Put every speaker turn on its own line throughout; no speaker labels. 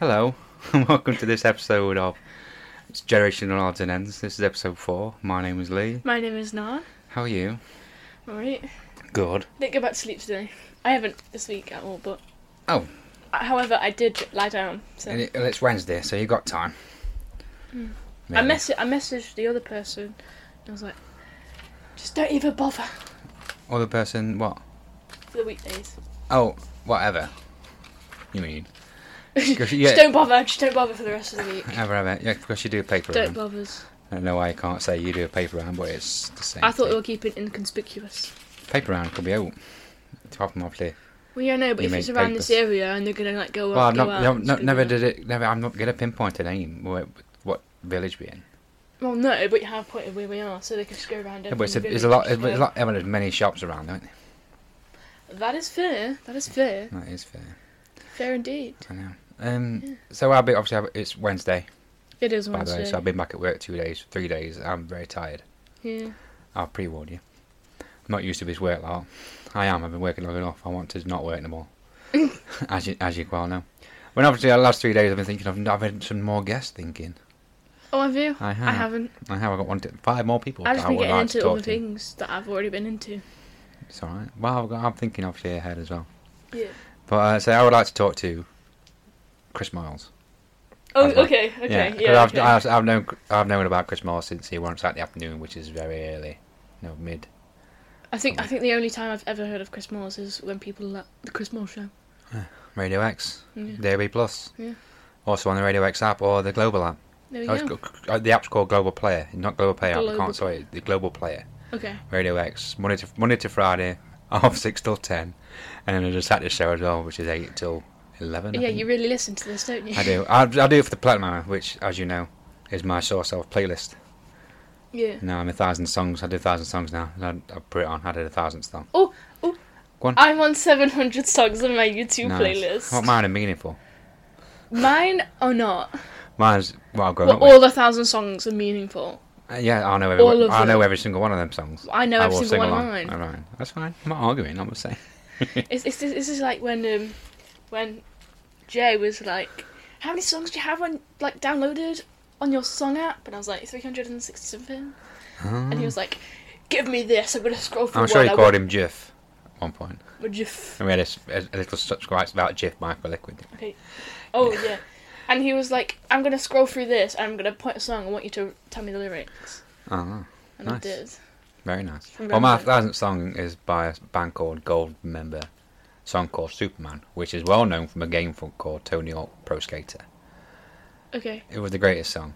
Hello, and welcome to this episode of it's Generational Odds and Ends. This is episode four. My name is Lee.
My name is Nan.
How are you?
Alright.
Good.
Didn't go back to sleep today. I haven't this week at all, but.
Oh.
Uh, However, I did lie down. So
And it- and it's Wednesday, so you got time.
Mm. I
Really.
mess I messaged the other person. And I was like, just don't even bother
Other person, what?
for the weekdays.
Oh, whatever. You mean? Because you get
Just don't bother. Just don't bother for the rest of the week.
ever, ever. Yeah, because you do a paper
Don't
round.
bother.
I don't know why you can't say you do a paper round, but it's the same.
I thought we
thing.
were keeping inconspicuous.
paper round could be out. Apart from obviously,
Well, yeah, no, but
You
if it's
make
around
papers.
this area and they're gonna like go
well,
up,
I've
go
not,
out,
no,
it's
no,
gonna
never
be-
did it. Never, I'm not gonna pinpoint a name. What, what village we're in?
Well, no, but you have pointed where we are, so they can just go around.
Yeah, but it's a,
every
it's a lot.
village,
It's a
so-
lot. Having as many shops around, don't they?
That is fair. That is fair.
That is fair.
Fair indeed.
I know. Um, So I'll be obviously I'll- it's Wednesday,
It is
by the
Wednesday.
way. So I've been back at work two days, three days. I'm very tired.
Yeah.
I'll pre-warn you. I'm not used to this work lot. I am. I've been working long enough. I want to not work no more. as you, as you well know. When obviously the last three days I've been thinking I've, I've had some more guests thinking.
Oh, have you?
I have.
I haven't.
I have. I got one, to, five more people.
I've just
that
been
Ah, would
getting
like to
into
talk
other
to.
things that I've already been into.
It's all right. Well, I've got, I'm thinking obviously ahead as well.
Yeah.
But uh, so I would like to talk to Chris Miles.
Oh,
That's right.
okay, okay,
'cause
yeah.
I've,
okay.
I've, I've known I've known about Chris Miles since he won Saturday afternoon, which is very early, no mid.
I think I think the only time I've ever heard of Chris Moores is when people like the Chris Moore show.
Radio X,
Yeah.
DAB Plus.
Yeah.
Also on the Radio X app or the Global app.
There we
Oh, it's
go.
go- uh, the app's called Global Player, not Global Player. app, I
Global
can't say it. The Global Player,
Okay.
Radio X, Monday to Monday to Friday, half six till ten, and then there's a Saturday show as well, which is eight till eleven. I
yeah,
think.
you really listen to this, don't you?
I do. I, I do it for the platinum, hour, which, as you know, is my source of playlist.
Yeah.
Now I'm a thousand songs. I do a thousand songs now. and I, I put it on. I did a thousand song.
Oh, oh.
Go on.
I'm on 700 songs on my YouTube
Nice.
playlist.
What mine are meaningful.
Mine are not.
Mine's what I've grown
But
up with.
all a thousand songs are meaningful.
Uh, yeah, I know every,
all of
I know
them.
every single one of them songs.
I know
I
every
will
single
sing
one of
along.
mine.
All right, that's fine. I'm not arguing. I'm just saying.
It's, it's, it's, this is like when um, when Jay was like, "How many songs do you have on like downloaded on your song app?" And I was like, 360 something. And he was like, "Give me this. I'm gonna scroll through."
I'm sure
one
he
I
called him Jiff at one point.
want." Would you f-
And we had a, s- a- a little such rights about Jiff Michael Liquid.
Okay. Oh yeah. And he was like, "I'm gonna scroll through this. and I'm gonna point a song. I want you to tell me the lyrics."
Oh,
And I
Nice.
did.
very nice.
From
Well, my
Remember.
thousandth song is by a band called Gold Member, song called Superman, which is well known from a game fo- called Tony Hawk Pro Skater.
Okay.
It was the greatest song.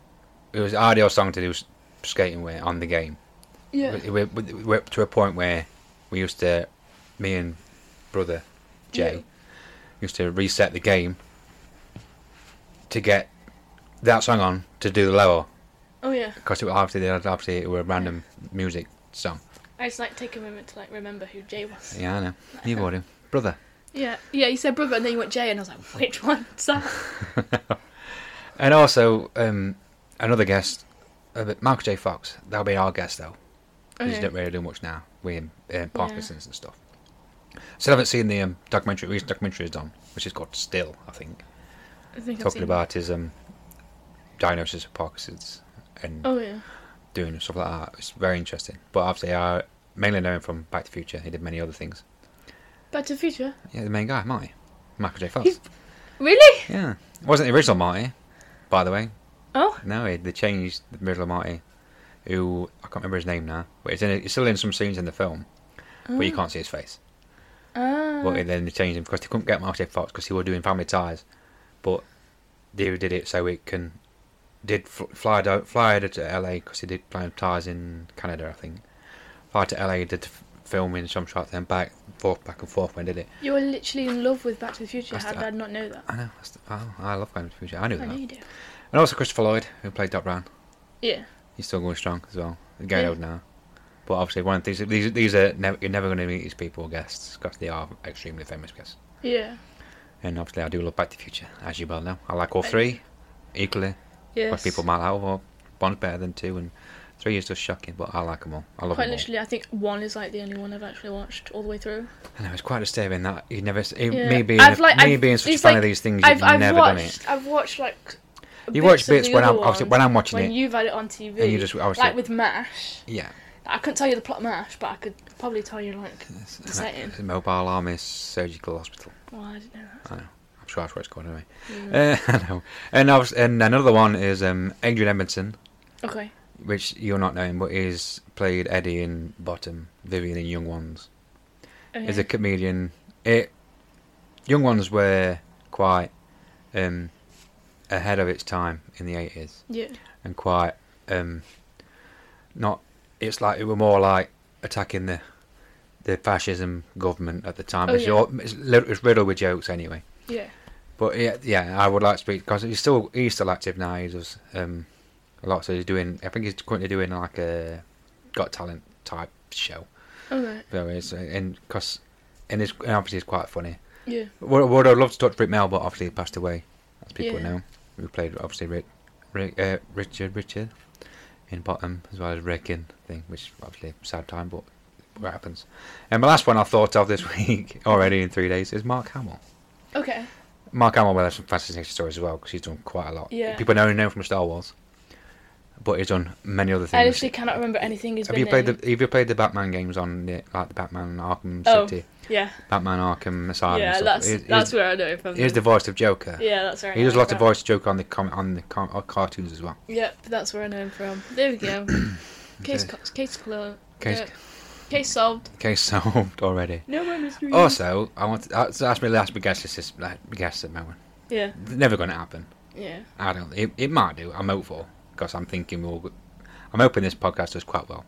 It was the ideal song to do s- skating with on the game.
Yeah.
We- we- we- we were to a point where we used to, me and brother Jay,
Yeah.
used to reset the game to get that song on to do the lower
Oh yeah.
because it was obviously they had- obviously it were a random music song.
I just like take a moment to like remember who Jay was.
Yeah, I know. You bought him, brother.
Yeah. Yeah. You said brother, and then you went Jay, and I was like, "Which one's that?"
And also um, another guest, uh, but Mark J. Fox. That'll be our guest though. because
Okay.
He doesn't really do much now. with um, Parkinson's and stuff. Still haven't seen the um, documentary. Recent documentary is done, which is called Still, I think.
I think I've
talking
seen
about his um, diagnosis of Parkinson's and
Oh yeah.
doing stuff like that. It's very interesting. But obviously, I mainly know him from Back to the Future. He did many other things.
Back to the Future.
Yeah, the main guy, Marty, Michael J. Fox.
He's- Really?
yeah, it wasn't the original Marty, by the way.
Oh.
No, he- they changed the original Marty, who I can't remember his name now, but it's, in, it's still in some scenes in the film, but
Oh.
you can't see his face.
Ah.
But then they changed him because they couldn't get Marty Fox because he was doing Family Ties, but they did it so it can did fl- fly to, fly to LA because he did Family Ties in Canada, I think. Fly to LA, did the f- film in some shot, then back forth, back and forth when did it.
You were literally in love with Back to the Future.
That's
How
the-
did I not know that?
I know, that's the, oh, I love Family Future. I knew
I
that.
know
And
you do.
also Christopher Lloyd, who played Doc Brown.
Yeah.
He's still going strong as well. He's getting
Yeah.
old now. But obviously, one of these these these are never, you're never going to meet these people guests because they are extremely famous guests.
Yeah.
And obviously, I do love Back to the Future, as you well know. I like all three equally.
Yes.
But people might like oh, well, one's better than two, and Three is just shocking, but I like them all. I love
Quite
them all.
literally, I think one is like the only one I've actually watched all the way through.
I know it's quite disturbing that you never. s- It,
Yeah.
Me being,
I've,
a-
like,
me
I've-
being such a
it's
fan
like-
of these things,
I've,
you've
I've
never
watched,
done it.
I've watched like.
You watch
of
bits
the
when
other
I'm obviously,
ones
when I'm watching
when
it.
you've had it on TV.
and you just- obviously-
like with Mash.
yeah,
I couldn't tell you the plot of Mash, but I could probably tell you like
it's,
the setting.
it's a mobile army surgical hospital.
Well, I didn't know that.
I'm sure that's where it's called anyway.
Mm.
Uh, I know. And I was, and another one is um, Adrian Edmondson,
Okay.
which you're not knowing, but he's played Eddie in Bottom, Vivian in Young Ones.
okay.
He's a comedian. It Young Ones were quite um, ahead of its time in the 80s.
Yeah.
and quite um not it's like it were more like attacking the the fascism government at the time
Oh,
it's,
yeah.
all, it's, li- it's riddled with jokes anyway
Yeah.
but yeah, yeah i would like to speak because he's still he's still active now he does um a lot so he's doing i think he's currently doing like a got talent type show
Okay.
so it's uh, and because and it's and obviously it's quite funny
Yeah.
what, what I'd love to talk to Rick Mel, but obviously he passed away, as people
Yeah.
know. We played obviously Rick, Rick uh, Richard Richard in Bottom as well as Rick in thing, which obviously a sad time, but what happens. And my last one I thought of this week already in three days is Mark Hamill.
Okay.
Mark Hamill will have some fascinating stories as well because he's done quite a lot.
Yeah.
People know him from Star Wars, but he's done many other
I
things.
literally cannot remember anything he's
Have
been
you played
in.
the Have you played the Batman games on the, like the Batman Arkham
Oh,
City,
Yeah.
Batman Arkham Asylum? and
Yeah,
stuff?
that's
He's- he's-
that's where I know it from.
He's the voice of Joker.
yeah, that's where I
He
know
does
him
lots of
from.
voice joke on the com- on the com- on cartoons as well.
Yep, that's where I know him from. There we go. case
Okay.
co- case closed.
Case
case solved.
case solved already.
No more
Oh,
mystery.
Also, I want to, that's, that's my last big guess. This is like, big guess at the moment.
Yeah.
It's Never going to happen.
Yeah.
I don't. It, it might do. I'm hopeful because I'm thinking we'll. go- I'm hoping this podcast does quite well,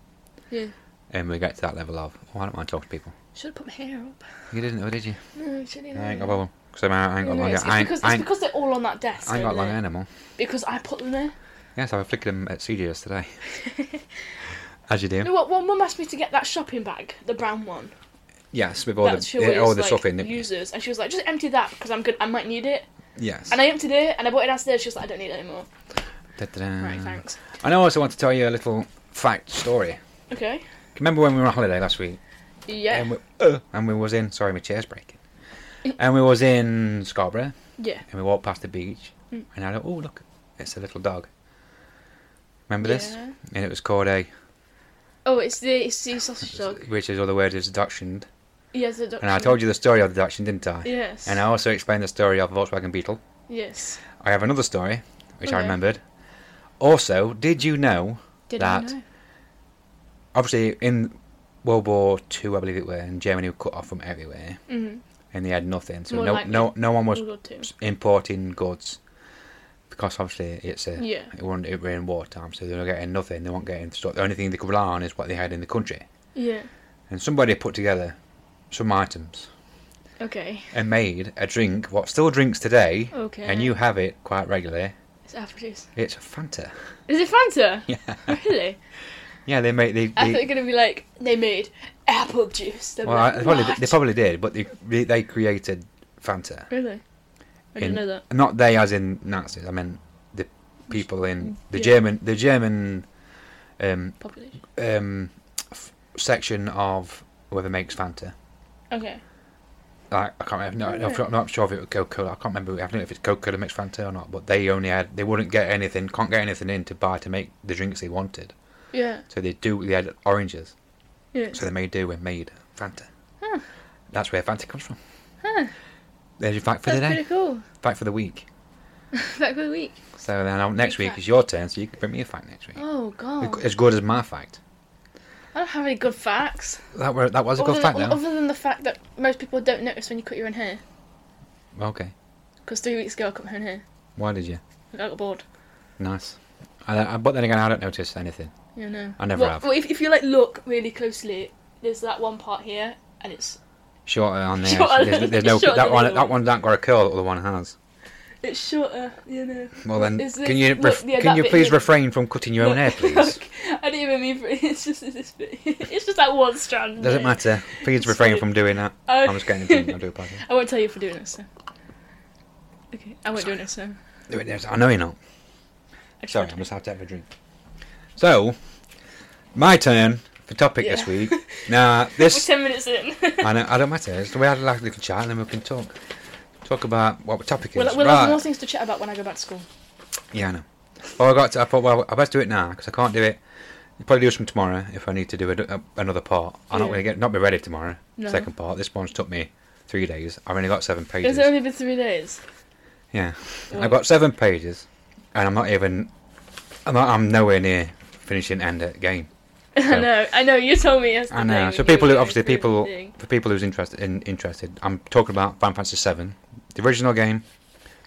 Yeah.
and we get to that level of. Oh, I don't mind talking to people.
Should have put my hair up.
You didn't, or did you?
No, shouldn't
I ain't got a problem. 'Cause I'm- I ain't got
No,
long.
it's, it's
I ain't,
because,
I
it's
ain't,
because they're all on that desk.
I ain't got
over
long
there.
hair anymore.
Because I put them there.
Yes, I was flicking them at CGS today. As you do.
No, what? One mum asked me to get that shopping bag, the brown one.
Yes, with all
that she
Oh, the yeah, all
always,
the stuff
like,
in it.
Uses, and she was like, "Just empty that because I'm good. I might need it."
Yes.
And I emptied it, and I bought it downstairs. She was like, "I don't need it anymore."
Da-da-da.
Right, thanks.
And I also want to tell you a little fact story.
Okay.
Remember when we were on holiday last week?
Yeah.
And we, uh, and we was in. Sorry, my chair's breaking. and we was in Scarborough,
yeah.
and we walked past the beach,
Mm.
and I thought, oh look, it's a little dog. Remember this?
Yeah.
And it was called a,
Oh, it's the it's the sausage dog.
which is other words is dachshund.
Yes, the dog.
And I told you the story of the dachshund, didn't I?
Yes.
And I also explained the story of Volkswagen Beetle.
Yes.
I have another story, which I
Okay.
remembered. Also, did you know
Did I
that
know?
obviously in World War Two, I believe it were, and Germany were cut off from everywhere,
Mm-hmm.
and they had nothing. So
More
no,
likely.
no, no one was
World War Two.
importing goods because obviously it's a
Yeah.
it wasn't it were in wartime, so they were getting nothing. They weren't getting stuff. The only thing they could rely on is what they had in the country.
Yeah.
And somebody put together some items
Okay.
and made a drink what still drinks today,
Okay.
and you have it quite regularly.
It's apple juice.
It's Fanta.
Is it Fanta?
Yeah,
Really?
yeah. They make they.
I thought
they-
you were gonna be like they made apple juice. They'd be
well,
like,
I- probably,
"What?"
they probably did, but they they created Fanta.
Really? I didn't
in-
know that.
Not they, as in Nazis. I meant the people in the
Yeah.
German, the German um,
Population.
um, f- section of whoever makes Fanta.
Okay.
Like, I can't remember. No,
Right.
I'm not sure if it was Coca Cola. I can't remember. I don't know if it's Coca Cola makes Fanta or not. But they only had. They wouldn't get anything. Can't get anything in to buy to make the drinks they wanted.
Yeah.
So they do. They had oranges.
Yeah.
So they made do and made Fanta.
Huh.
That's where Fanta comes from.
Huh.
There's your fact for
That's
the
pretty
day.
cool.
Fact for the week.
Back for the week.
So then I'll- next
Big
week
fact.
is your turn. So you can bring me a fact next week.
Oh god.
As good as my fact.
I don't have any good facts.
That were, that was a
other,
good
than,
fact though.
other than the fact that most people don't notice when you cut your own hair.
Okay.
Because three weeks ago I cut my own hair.
Why did you?
and I got bored.
Nice. I, don't- I, but then again, I don't notice anything.
You know.
I never
well,
have.
Well, if, if you like look really closely, there's that one part here, and it's
Shorter on there.
Shorter
there's,
than-
there's no
shorter
that
than
one.
the
That
other
one's not got a curl. The other one has.
it's shorter. You know.
Well then,
Is this-
can you
look,
ref,
yeah,
can
that
you
bit
please
here.
refrain from cutting your own
Look,
hair, please?
look, I didn't even mean for it. It's just this bit. It's just that one strand.
Doesn't
there.
matter. Please
It's
refrain
like-
from doing that.
Oh.
I'm just getting into I do apologize.
I won't tell you for doing it. So. Okay, I won't do it. So.
Do it. yes, I know you're not.
I just
Sorry,
want
I
to-
must have to have a drink. So, My turn for topic this
Yeah.
week. Now this
We're ten minutes in.
I know I don't matter. It's the way I like a little chat, and then we can talk talk about what the topic is.
we'll we'll
Right.
have more things to chat about when I go back to school.
Yeah, I know. Well, I got. To, I thought, well, I best do it now because I can't do it. I'll probably do some tomorrow if I need to do a, a- another part. I'm not
Yeah.
going to get not be ready tomorrow.
No.
Second part. This one's took me three days. I've only got seven pages.
It's only been three days.
Yeah,
Oh.
I've got seven pages, and I'm not even. I'm, not, I'm nowhere near finishing end of game.
I
So-
know. I know. You told me yesterday.
I know.
when
So
you were
people who
going
obviously
through
people
the thing.
for people who's interested in interested, I'm talking about Final Fantasy Seven. The original game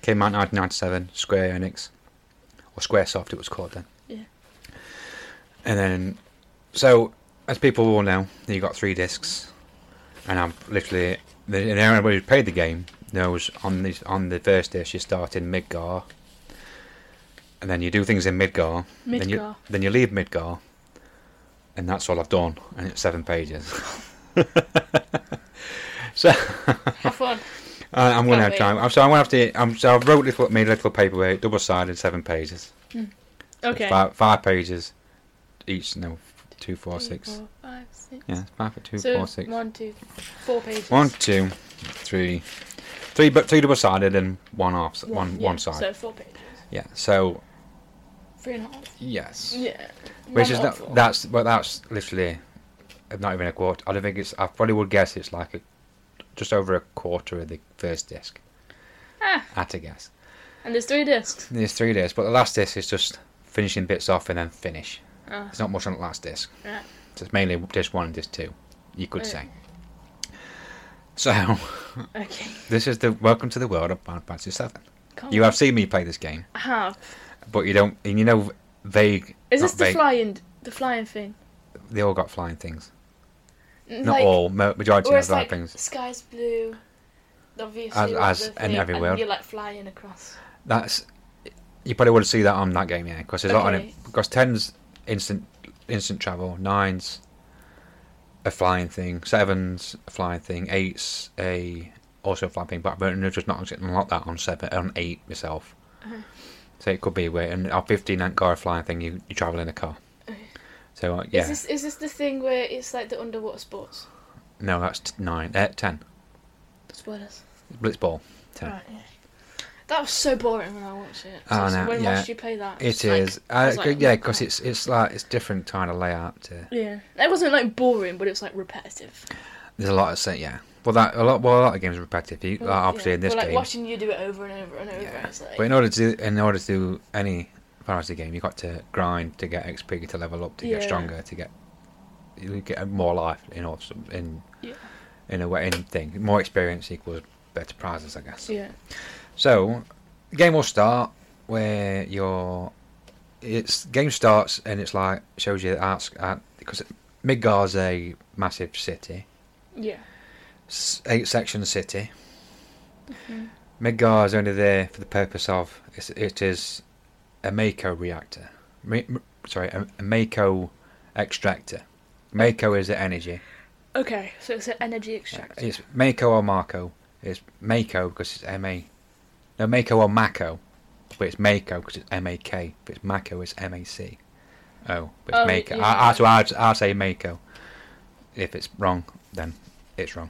came out in 1997. Square Enix or SquareSoft, it was called then.
Yeah.
And then, so as people all know, you got three discs, and I'm literally the and everybody who played the game knows on the on the first disc you start in Midgar, and then you do things in Midgar. Then you
Midgar.
then you leave Midgar, and that's all I've done, and it's seven pages. so
Have fun.
I, I'm gonna have
Can't
time. I'm, so I'm gonna have to. I'm, so I wrote little, made little paperweight, double sided, seven pages.
Okay.
Five, five pages each. No, two, four,
Three,
six.
four, five, six.
Yeah, it's five for two,
so
four, six.
one, two, four pages.
One, two, three, three, but three double sided and one half, one, one
yeah,
side.
So four pages.
yeah. So
Three and a half.
yes,
Yeah.
which
One
is
out
not,
of four.
that's well, that's literally not even a quarter. I don't think it's. I probably would guess it's like a, just over a quarter of the first disc.
Ah.
At a guess.
And there's three discs.
There's three discs, but the last disc is just finishing bits off and then finish.
Ah.
There's not much on the last disc.
Right.
So it's mainly disc one and disc two, you could
Right.
say. So
Okay.
this is the welcome to the world of Final Fantasy Seven.
Can't
You have seen me play this game,
I have.
but you don't. And you know, vague.
Is
not
this the
vague-
flying the flying thing?
They all got flying things.
N-
Not all. mo- Majority
Or
have
it's
flying
like
things.
sky's blue. Obviously,
As-
like
as
the
in
thing,
everywhere.
And you're like flying across.
That's you probably would see that on that game, yeah, because there's a lot on
Okay.
it. Because tens instant instant travel, nines a flying thing, sevens a flying thing, eights a also a flying thing, but I've just not unlocked that on seven on eight myself.
Uh-huh.
So it could be where and on fifteen ain't got a flying thing. You you travel in a car. So uh, yeah,
Is this is this the thing where it's like the underwater sports?
no, that's t- nine, uh, ten,
Spoilers.
blitzball, ten.
Right. Yeah. That was so boring when I watched it.
Oh,
So
no,
When
yeah.
last you play that?
It
It's like-
is,
I
uh,
was like,
yeah,
oh,
because
crap.
it's it's like it's different kind of layout to.
Yeah. It wasn't like boring, but it was like repetitive.
There's a lot of say, yeah. Well, that a lot. Well, a lot of games are repetitive. You,
Well,
obviously,
yeah.
in this
Well, like
game,
watching you do it over and over and over.
Yeah.
It's like,
but in order to in order to do any fantasy game, you have got to grind to get XP, to level up, to get
Yeah.
stronger, to get you get more life in or some in
Yeah.
in a way in thing. More experience equals better prizes, I guess.
yeah.
So, the game will start where your it's game starts and it's like shows you out because Midgar's a massive city.
Yeah.
s- eight section city. Midgar is only there for the purpose of it's, it is a Mako reactor. Me, m- sorry, a, a Mako extractor. Mako is the energy.
Okay. So it's an energy extractor.
It's Mako or Marco. It's Mako because it's M A. No, Mako or Mako, but it's Mako because it's M A K. But it's Mako is M A C. Oh, but it's
Oh,
Mako.
yeah.
I, I, so I'd, I'd say Mako. If it's wrong, then it's wrong.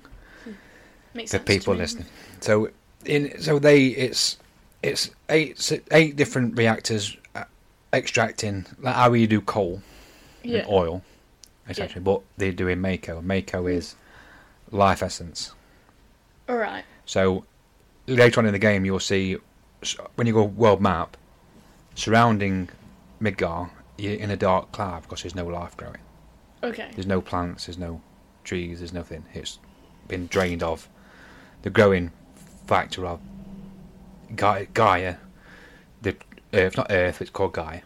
Makes
for
sense to
people
me.
listening. So in so they it's it's eight s- eight different reactors uh, extracting like how you do coal
Yeah.
and oil, essentially. But they do in Mako. Mako is life essence.
All right.
So later on in the game, you'll see s- when you go world map surrounding Midgar, you're in a dark cloud because there's no life growing.
Okay.
There's no plants, there's no trees, there's nothing. It's been drained of the growing factor of Ga- Gaia. The Earth, not Earth, it's called Gaia,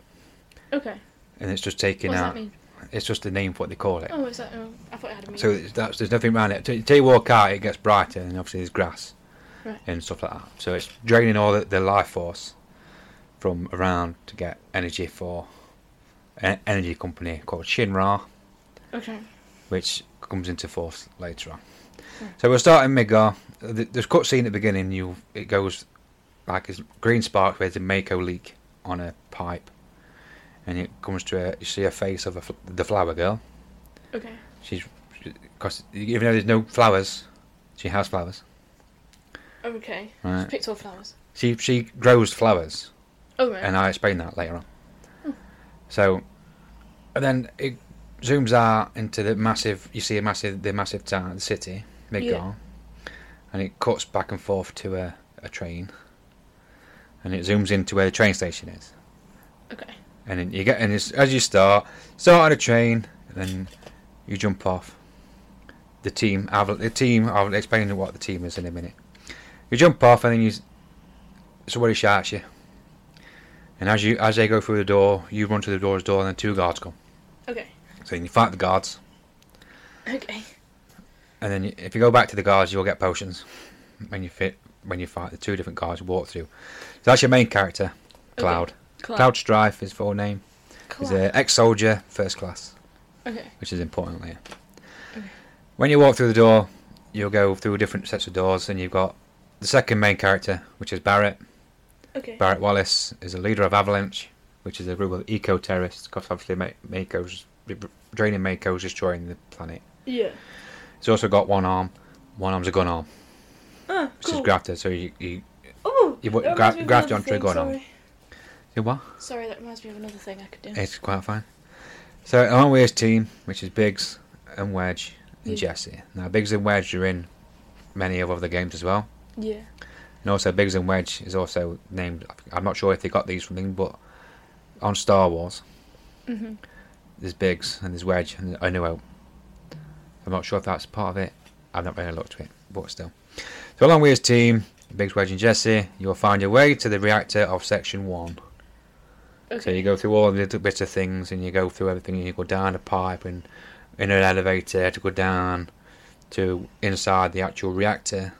Okay.
and it's just taking
What does
out.
that mean?
It's just the name for what they call it.
Oh, is that? Oh, I thought it had a meaning.
So it's- that's, there's nothing around it. Till- Till you walk out, it gets brighter, and obviously there's grass
Right.
and stuff like that. So it's draining all the, the life force from around to get energy for an energy company called Shinra.
okay.
which comes into force later on. So we'll start in Midgar. The, the cutscene at the beginning, you it goes like it's green spark where there's a Mako leak on a pipe, and it comes to a, you see a face of a, fl- the flower girl.
Okay.
She's because even though there's no flowers, she has flowers.
Okay.
Right.
Just picked all flowers.
She she grows flowers,
Oh right.
and I'll explain that later on. So, and then it zooms out into the massive. You see a massive the massive town, the city, Midgar, and it cuts back and forth to a, a train, and it zooms into where the train station is.
okay.
and then you get and it's, as you start start on a train and then you jump off the team I'll, the team I'll explain what the team is in a minute you jump off and then you s- somebody shouts you and as you as they go through the door you run to the door's door and then two guards come
Okay.
so you fight the guards
Okay.
and then you, if you go back to the guards you'll get potions when you fit when you fight the two different guards you walk through so that's your main character
Okay.
Cloud
Cloud.
Cloud Strife is full name he's
Cloud.
an ex-soldier first class
Okay.
which is important later. When you walk through the door, you'll go through different sets of doors, and you've got the second main character, which is Barrett.
Okay.
Barrett Wallace is a leader of Avalanche, which is a group of eco terrorists, because obviously Ma- Mako's draining Mako's destroying the planet.
yeah.
He's also got one arm. One arm's a gun arm,
Ah,
which
cool.
is grafted. So you, you,
oh.
you wa-
that
gra-
reminds me of
graft
another
onto a
thing,
gun on.
Sorry.
you what?
sorry, that reminds me of another thing I could do.
It's quite fine. So along with his team, which is Biggs and Wedge and
Yeah.
Jesse. Now Biggs and Wedge are in many of other games as well.
yeah.
And also, Biggs and Wedge is also named. I'm not sure if they got these from them, but on Star Wars,
Mhm.
there's Biggs and there's Wedge and I know out. I'm not sure if that's part of it. I've not really looked at it, but still. So, along with his team, Biggs, Wedge, and Jesse, you'll find your way to the reactor of Section 1.
Okay.
So, you go through all the little bits of things and you go through everything and you go down a pipe and in an elevator to go down to inside the actual reactor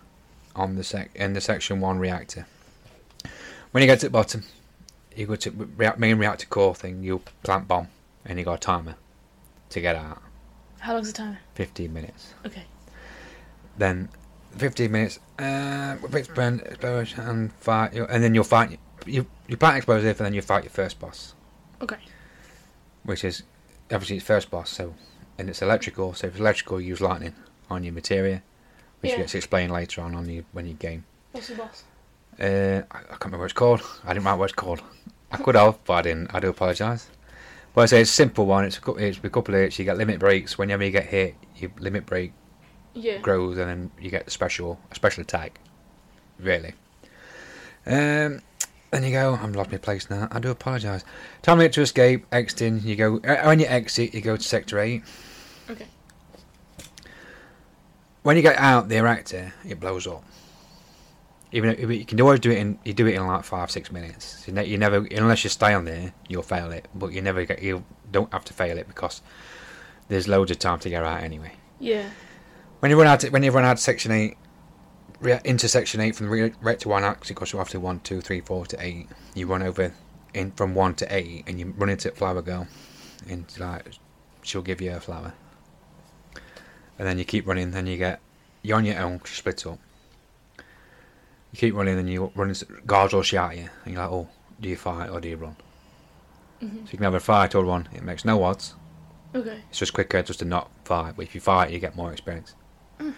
on the sec in the section one reactor. When you get to the bottom, you go to rea- main reactor core thing. You plant bomb, and you got a timer to get out.
How long's the timer?
Fifteen minutes.
Okay.
Then fifteen minutes. Uh, explosion, explosion, and fight. you- And then you'll fight. You you plant explosive, and then you fight your first boss,
Okay.
which is obviously it's first boss. So, and it's electrical. So if it's electrical, you use lightning on your materia, which
Yeah.
gets explained later on on your when you game.
What's the boss?
Uh, I, I can't remember what it's called. I didn't write what it's called. I could have, but I didn't. I do apologise. But I say it's a simple one. It's a, cou- it's a couple of hits. You get limit breaks. Whenever you get hit, your limit break
Yeah.
grows, and then you get the special a special attack. Really. Um, then you go. I'm lost my place now. I do apologise. Time limit to escape. Exiting. You go. uh, When you exit, you go to sector eight.
Okay.
When you get out the reactor, it blows up. Even if you can always do it in you do it in like five six minutes. You, ne- you never unless you stay on there, you'll fail it. But you never get you don't have to fail it because there's loads of time to get out anyway.
Yeah.
When you run out to, when you run out to section eight, re- into section eight from re- rector one axis because you have to one two three four to eight. You run over in from one to eight and you run into flower girl, and like she'll give you a flower. And then you keep running, then you get you're on your own. 'cause you split up. You keep running, and you run. into- Guards will shout at you, and you're like, "Oh, do you fight or do you run?" So you can have a fight or run. It makes no odds.
Okay.
It's just quicker just to not fight. But if you fight, you get more experience.
Mm.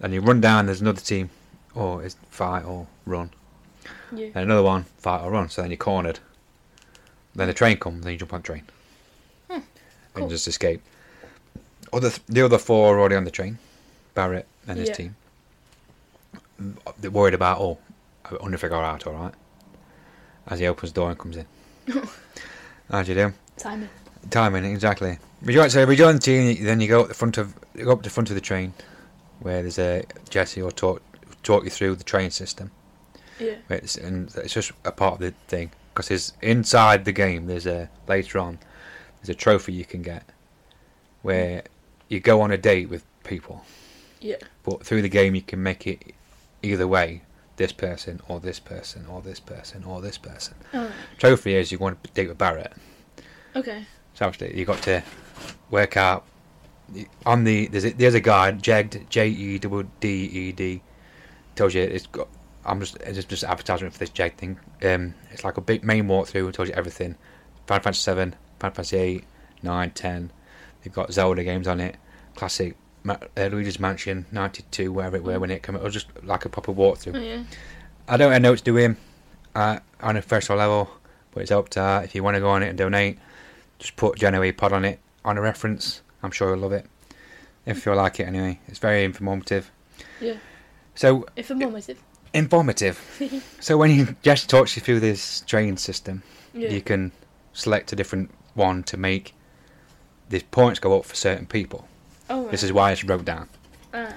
And you run down. There's another team. Or it's fight or run.
Yeah.
And another one fight or run. So then you're cornered. Then the train comes. Then you jump on the train.
Hmm. cool.
And just escape. Other th- the other four are already on the train. Barrett and his
Yeah.
team. They're worried about oh, I wonder if I got out all right. As he opens the door and comes in. How'd you do?
Timing.
Timing exactly. Rejoin, so rejoin the team. Then you go up the front of you go up the front of the train, where there's a Jesse will talk talk you through the train system.
Yeah.
It's and it's just a part of the thing because there's inside the game. There's a later on. There's a trophy you can get where you go on a date with people,
Yeah.
but through the game you can make it either way. This person or this person or this person or this person.
Alright.
Trophy is you want to date with Barrett.
Okay.
So obviously you got to work out on the there's a, there's a guy Jed J E D D E D tells you it's got. I'm just it's just just advertisement for this Jag thing. Um, it's like a big main walkthrough. It tells you everything. Final Fantasy Seven, Final Final Fantasy 8, 9, 10. They've got Zelda games on it, classic Ma- uh, Luigi's Mansion 92, wherever it were when it came out. It was just like a proper walkthrough.
Oh, yeah.
I don't know what to do him uh, on a personal level, but it's helped. Uh, if you want to go on it and donate, just put Genoa Pod on it on a reference. I'm sure you'll love it. If you'll like it anyway, it's very informative.
Yeah.
So
If I'm normative.
informative. so when you just talks you through this train system,
Yeah.
you can select a different one to make the points go up for certain people.
oh, right.
This is why it's wrote down.
Ah,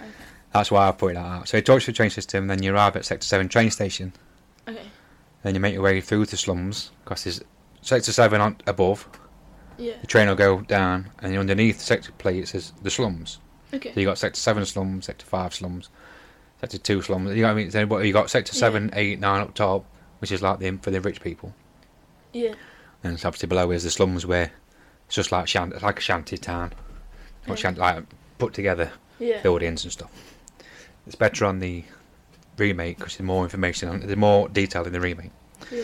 That's why I put it out. So it talks you through the train system, then you arrive at Sector Seven train station.
okay. Okay.
Then you make your way through the slums, because there's Sector 7 on, above,
Yeah.
the train will go down, and underneath Sector Plate it says the slums.
Okay.
So you got Sector 7 slums, Sector 5 slums, Sector 2 slums. You got, I mean, then what- you got Sector
Yeah.
Seven, Eight, Nine up top, which is like the for the rich people.
Yeah.
And it's obviously below is the slums where it's just like, shant- it's like a shanty town, or
Yeah.
shant- like put together
Yeah.
buildings and stuff. It's better on the remake because there's more information, on, there's more detail in the remake.
Yeah.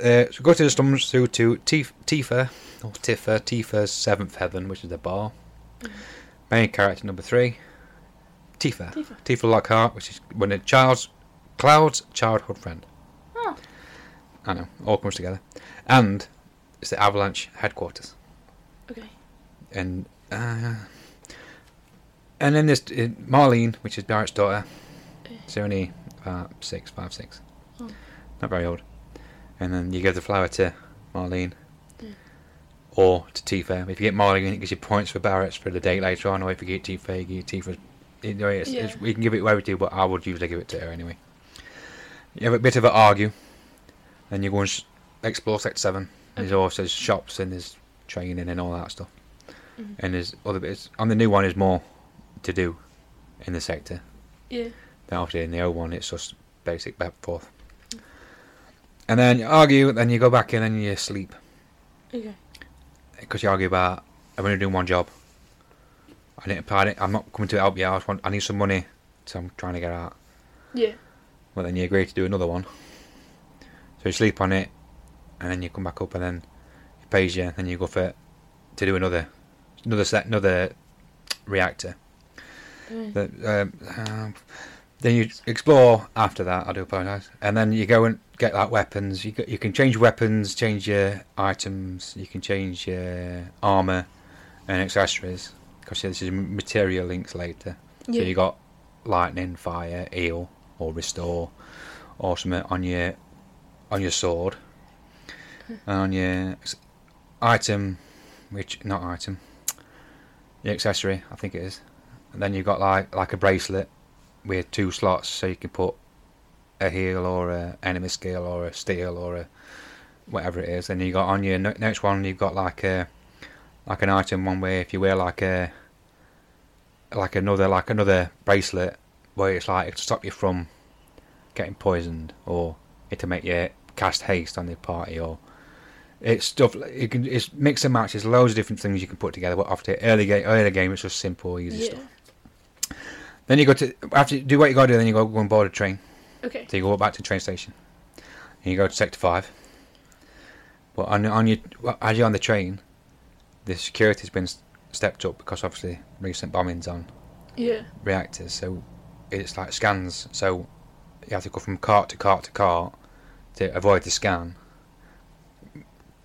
Uh, so go to the slums through to Tif- Tifa, or Tifa, Tifa's Seventh Heaven, which is the bar. Main character number three, Tifa.
Tifa.
Tifa, Lockhart, which is when a child's, Cloud's childhood friend.
Oh.
I know, all comes together. And it's the Avalanche headquarters.
Okay.
And uh, and then there's uh, Marlene, which is Barrett's daughter. She's only about six, five, six.
Eh. Oh.
Not very old. And then you give the flower to Marlene.
Mm.
Or to Tifa. If you get Marlene, it gives you points for Barrett's for the date later on. Or if you get Tifa, you get Tifa's. You know, it's, it's,
Yeah.
we can give it where we do, but I would usually give it to her anyway. You have a bit of an argue. Then you go and s- explore Sector 7. And there's also shops and there's training and all that stuff.
Mhm.
And there's other bits. On the new one, there's more to do in the sector.
Yeah.
Then obviously in the old one, it's just basic back and forth. And then you argue, then you go back in and you sleep
Okay.
because you argue about I'm only doing one job. I didn't apply it. I'm not coming to help you. I, just want, I need some money, so I'm trying to get out.
Yeah.
Well, then you agree to do another one. So you sleep on it, and then you come back up, and then it pays you, and then you go for to do another, another set, another reactor.
Okay.
That, um, um, then you explore after that. I do apologise, and then you go and get like weapons. You go, you can change weapons, change your items, you can change your armour and accessories. Because this is material links later.
Yeah.
So you got lightning, fire, heal, or restore, or something on your on your sword, and on your s- item, which not item, your accessory, I think it is. And then you got like like a bracelet with two slots, so you can put a heal or a enemy skill or a steal or a whatever it is. And you got on your ne- next one, you've got like a like an item one where if you wear like a like another like another bracelet where it's like to stop you from getting poisoned or it to make you cast haste on the party or it's stuff you can it's mix and match there's loads of different things you can put together but after early game early game it's just simple easy
Yeah.
stuff then you go to after you do what you gotta do then you go, go and board a train
Okay.
so you go back to the train station and you go to sector 5 but on, on your as you're on the train the security's been s- stepped up because obviously recent bombings on
Yeah.
reactors, so it's like scans. So you have to go from cart to cart to cart to avoid the scan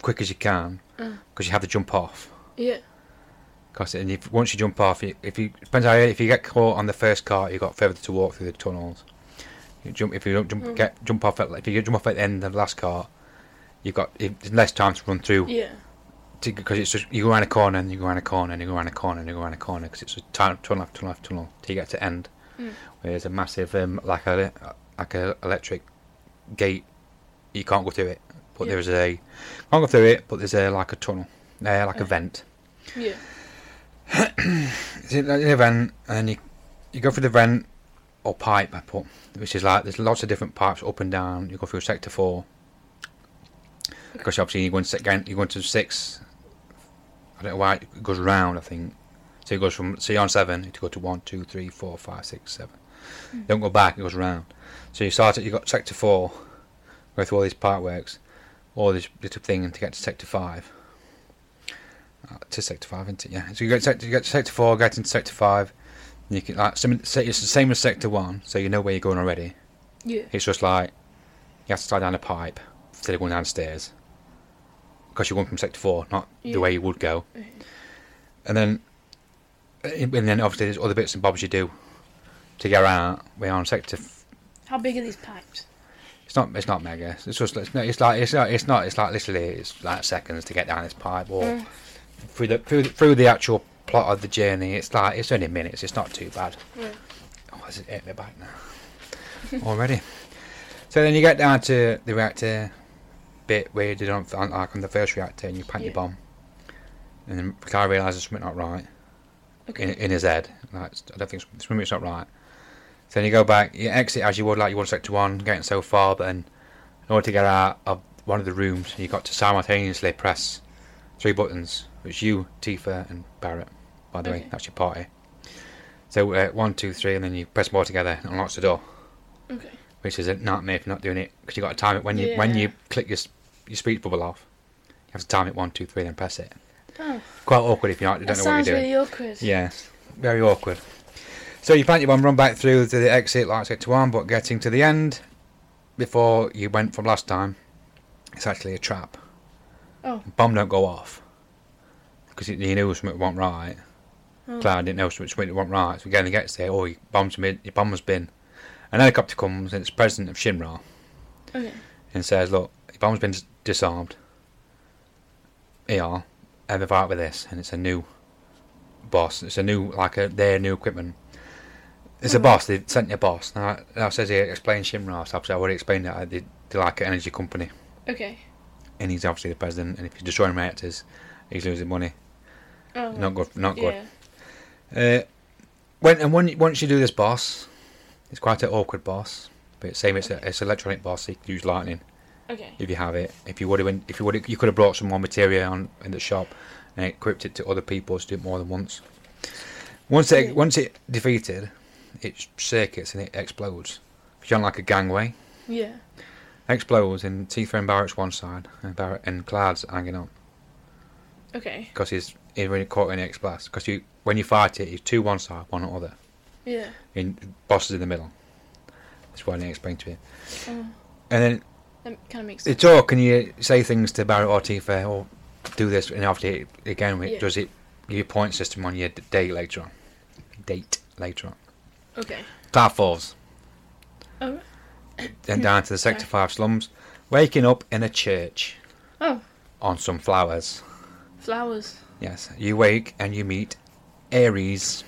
quick as you can
Mm.
because you have to jump off.
Yeah.
Because and if, once you jump off, you- if you depends how early- if you get caught on the first cart, you have got further to walk through the tunnels. You jump if you don't jump
Mm.
get jump off at if you jump off at the end of the last cart, you've got if, there's less time to run through
Yeah.
because it's just you go around a corner and you go around a corner and you go around a corner and you go around a corner because it's a tunnel, tunnel after tunnel after tunnel till you get to the end.
Mm.
Where there's a massive um, like a like a electric gate. You can't go through it, but
Yeah.
there's a can't go through it, but there's a like a tunnel, uh, like a
Okay.
vent.
Yeah.
It's in in a vent, and then you you go through the vent or pipe I put, which is like there's lots of different pipes up and down. You go through sector four because obviously you're going to second, you're going to six. I don't know why it goes round. I think so. It goes from so you're on seven. It go to one, two, three, four, five, six, seven. You don't go back. It goes round. So you start at you got sector four, go through all these pipe works, all this little thing to get to sector five. Uh, to sector five, isn't it? Yeah. So you go to sector, you go to sector four, get into sector five. And you can like sim- se- it's the same as sector one, so you know where you're going already.
Yeah.
It's just like you have to slide down a pipe instead of going downstairs because you're going from sector four, not
Yeah.
the way you would go.
Mhm.
And then, uh, and then obviously there's other bits and bobs you do to get around. We're on sector. f-
How big are these pipes?
It's not. It's not mega. It's just. It's, not, it's like. It's not. It's not. It's like literally. It's like seconds to get down this pipe or
Mm.
through the through the, through the actual plot of the journey. It's like it's only minutes. It's not too bad.
Mm.
Oh, is it hit me back now? Already. So then you get down to the reactor bit where you did on, on like on the first reactor, and you plant your
Yeah.
bomb. And then Kai realizes something not right in,
Okay.
in his head. Like I don't think something's not right. So then you go back, you exit as you would, like you would sector one, getting so far, but then in order to get out of one of the rooms, you got to simultaneously press three buttons, which you, Tifa, and Barrett. By the way,
Okay.
that's your party. So uh, one, two, three, and then you press them all together and unlocks the door,
Okay.
which is a nightmare if you're not doing it because you got to time it when you when
Yeah.
you click your s- your speech bubble off. You have to time it one, two, three, then press it.
Oh,
Quite awkward if you're not, you
that
don't know what you're
sounds
doing.
really awkward.
Yeah, very awkward. So you plant your bomb, run back through to the exit, like sector one, but getting to the end before you went from last time, it's actually a trap.
Oh.
Bomb don't go off because you knew something went right.
Oh.
Cloud didn't know something something went right. So again, he gets there, oh, your bomb's been, your bomb has been. An helicopter comes and it's the president of Shinra
Okay.
and says, "Look, the bomb's been dis- disarmed. ER, ever fight with this?" And it's a new boss. It's a new like a their new equipment. It's a boss. They sent you a boss. Now, now it says here, explain Shimra. So obviously, I already explained that they, they like an energy company,
Okay.
and he's obviously the president. And if you're destroying reactors, he's losing money.
Oh.
Not good. Not good.
Yeah.
Uh, when and when, once you do this boss, it's quite an awkward boss. But same, it's a, it's an electronic boss. He can use lightning.
Okay.
if you have it. If you would have, if you would, have, you could have brought some more material on in the shop and equipped it to other people to do it more than once. Once it
Yeah.
once it defeated, it circuits and it explodes. It's on like a gangway,
Yeah.
explodes, and Tifa and Barrett's one side, and Barrett and Cloud's hanging on
Okay.
because he's he's really caught in the X blast. Because you when you fight it, you two one side, one other,
Yeah.
and boss is in the middle. That's why I didn't explain to you.
Oh,
And then
that kind of makes
they
sense.
talk and you say things to Barrett or Tifa or do this and after it, again it
Yeah.
does it give you a point system on your d- day later on date later on
Okay.
Star falls
Oh.
then down to the sector 5 slums waking up in a church
Oh.
on some flowers
Flowers.
yes you wake and you meet Aries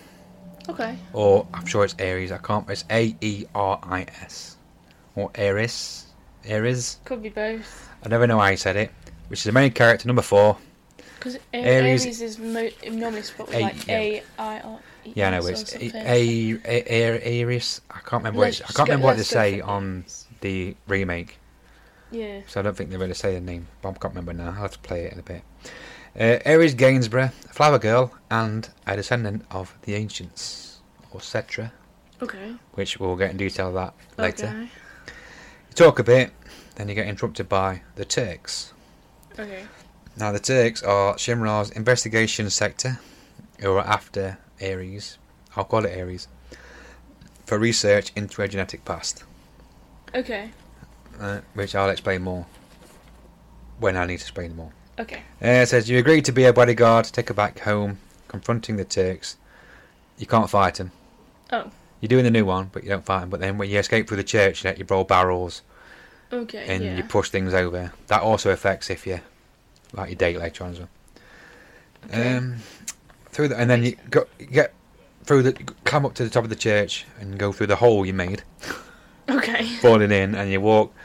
Okay.
or I'm sure it's Aries I can't it's E A-E-R-I-S or Aries Aries
Could be both.
I never know how you said it which is the main character number 4
Because
Aries-
Aries, is mo- normally spelled with
A-
like
yeah.
A I R E.
Yeah, no,
S or
it's a,
something.
a, a, Aries. I can't remember. What
Let's
it's, I
just
can't
go-
remember what they
let's go
say
for
on
Aries.
the remake,
Yeah.
so I don't think they really say the name. But I can't remember now. I'll have to play it in a bit. Uh, Aries Gainsborough, a flower girl, and a descendant of the ancients, or Cetra,
Okay.
which we'll get in detail of that later.
Okay.
You talk a bit, then you get interrupted by the Turks.
Okay.
Now the Turks are Shimra's investigation sector, who are after Aries. I'll call it Aries. For research into her genetic past,
Okay.
uh, which I'll explain more when I need to explain more.
Okay.
Uh, it says you agreed to be a bodyguard, take her back home, confronting the Turks. You can't fight them.
Oh.
You're doing the new one, but you don't fight them. But then when you escape through the church, you, know, you roll barrels
Okay.
and
yeah.
you push things over. That also affects if you like your date later on as well.
Okay.
Um, through the, and then you go you get through the climb up to the top of the church and go through the hole you made,
okay.
falling in, and you walk.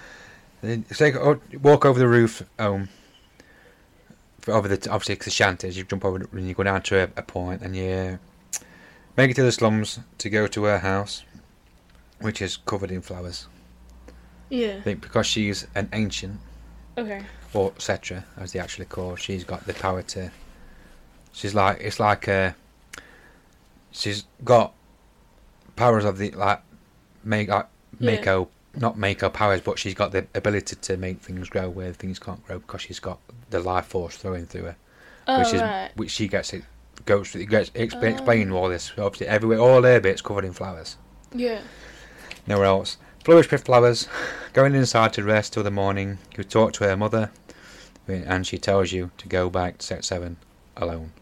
Then you take o- walk over the roof um over the obviously it's the shanties. You jump over the- and you go down to a, a point and you make it to the slums to go to her house, which is covered in flowers.
Yeah.
I think because she's an ancient
Okay.
or Cetra, as they actually call. her, She's got the power to. She's like it's like a. She's got powers of the like make like
Yeah.
Mako not Mako powers, but she's got the ability to make things grow where things can't grow because she's got the life force thrown through her.
Oh,
which is
right. Oh.
which she gets it goes it gets explain, explained all this obviously everywhere all her bits covered in flowers.
Yeah.
Nowhere else. Flourished with flowers, going inside to rest till the morning. You talk to her mother, eh, and she tells you to go back to set seven alone.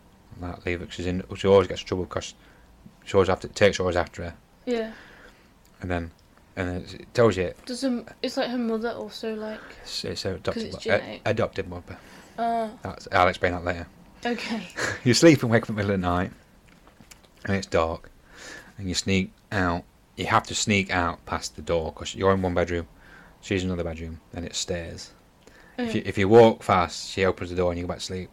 That leave it. She's in. She always gets in trouble because she always after takes always after her,
Yeah.
and then and then it tells you
Does um, it's like her mother also like?
it's, it's her adopted
'Cause it's
mo- a-
genetic.
adopted mother.
Uh,
That's, I'll explain that later.
okay.
you sleep and wake up in the middle of the night, and it's dark, and you sneak out. You have to sneak out past the door because you're in one bedroom, she's in another bedroom, and it's stairs. If, you,
Okay.
if you walk fast, she opens the door and you go back to sleep.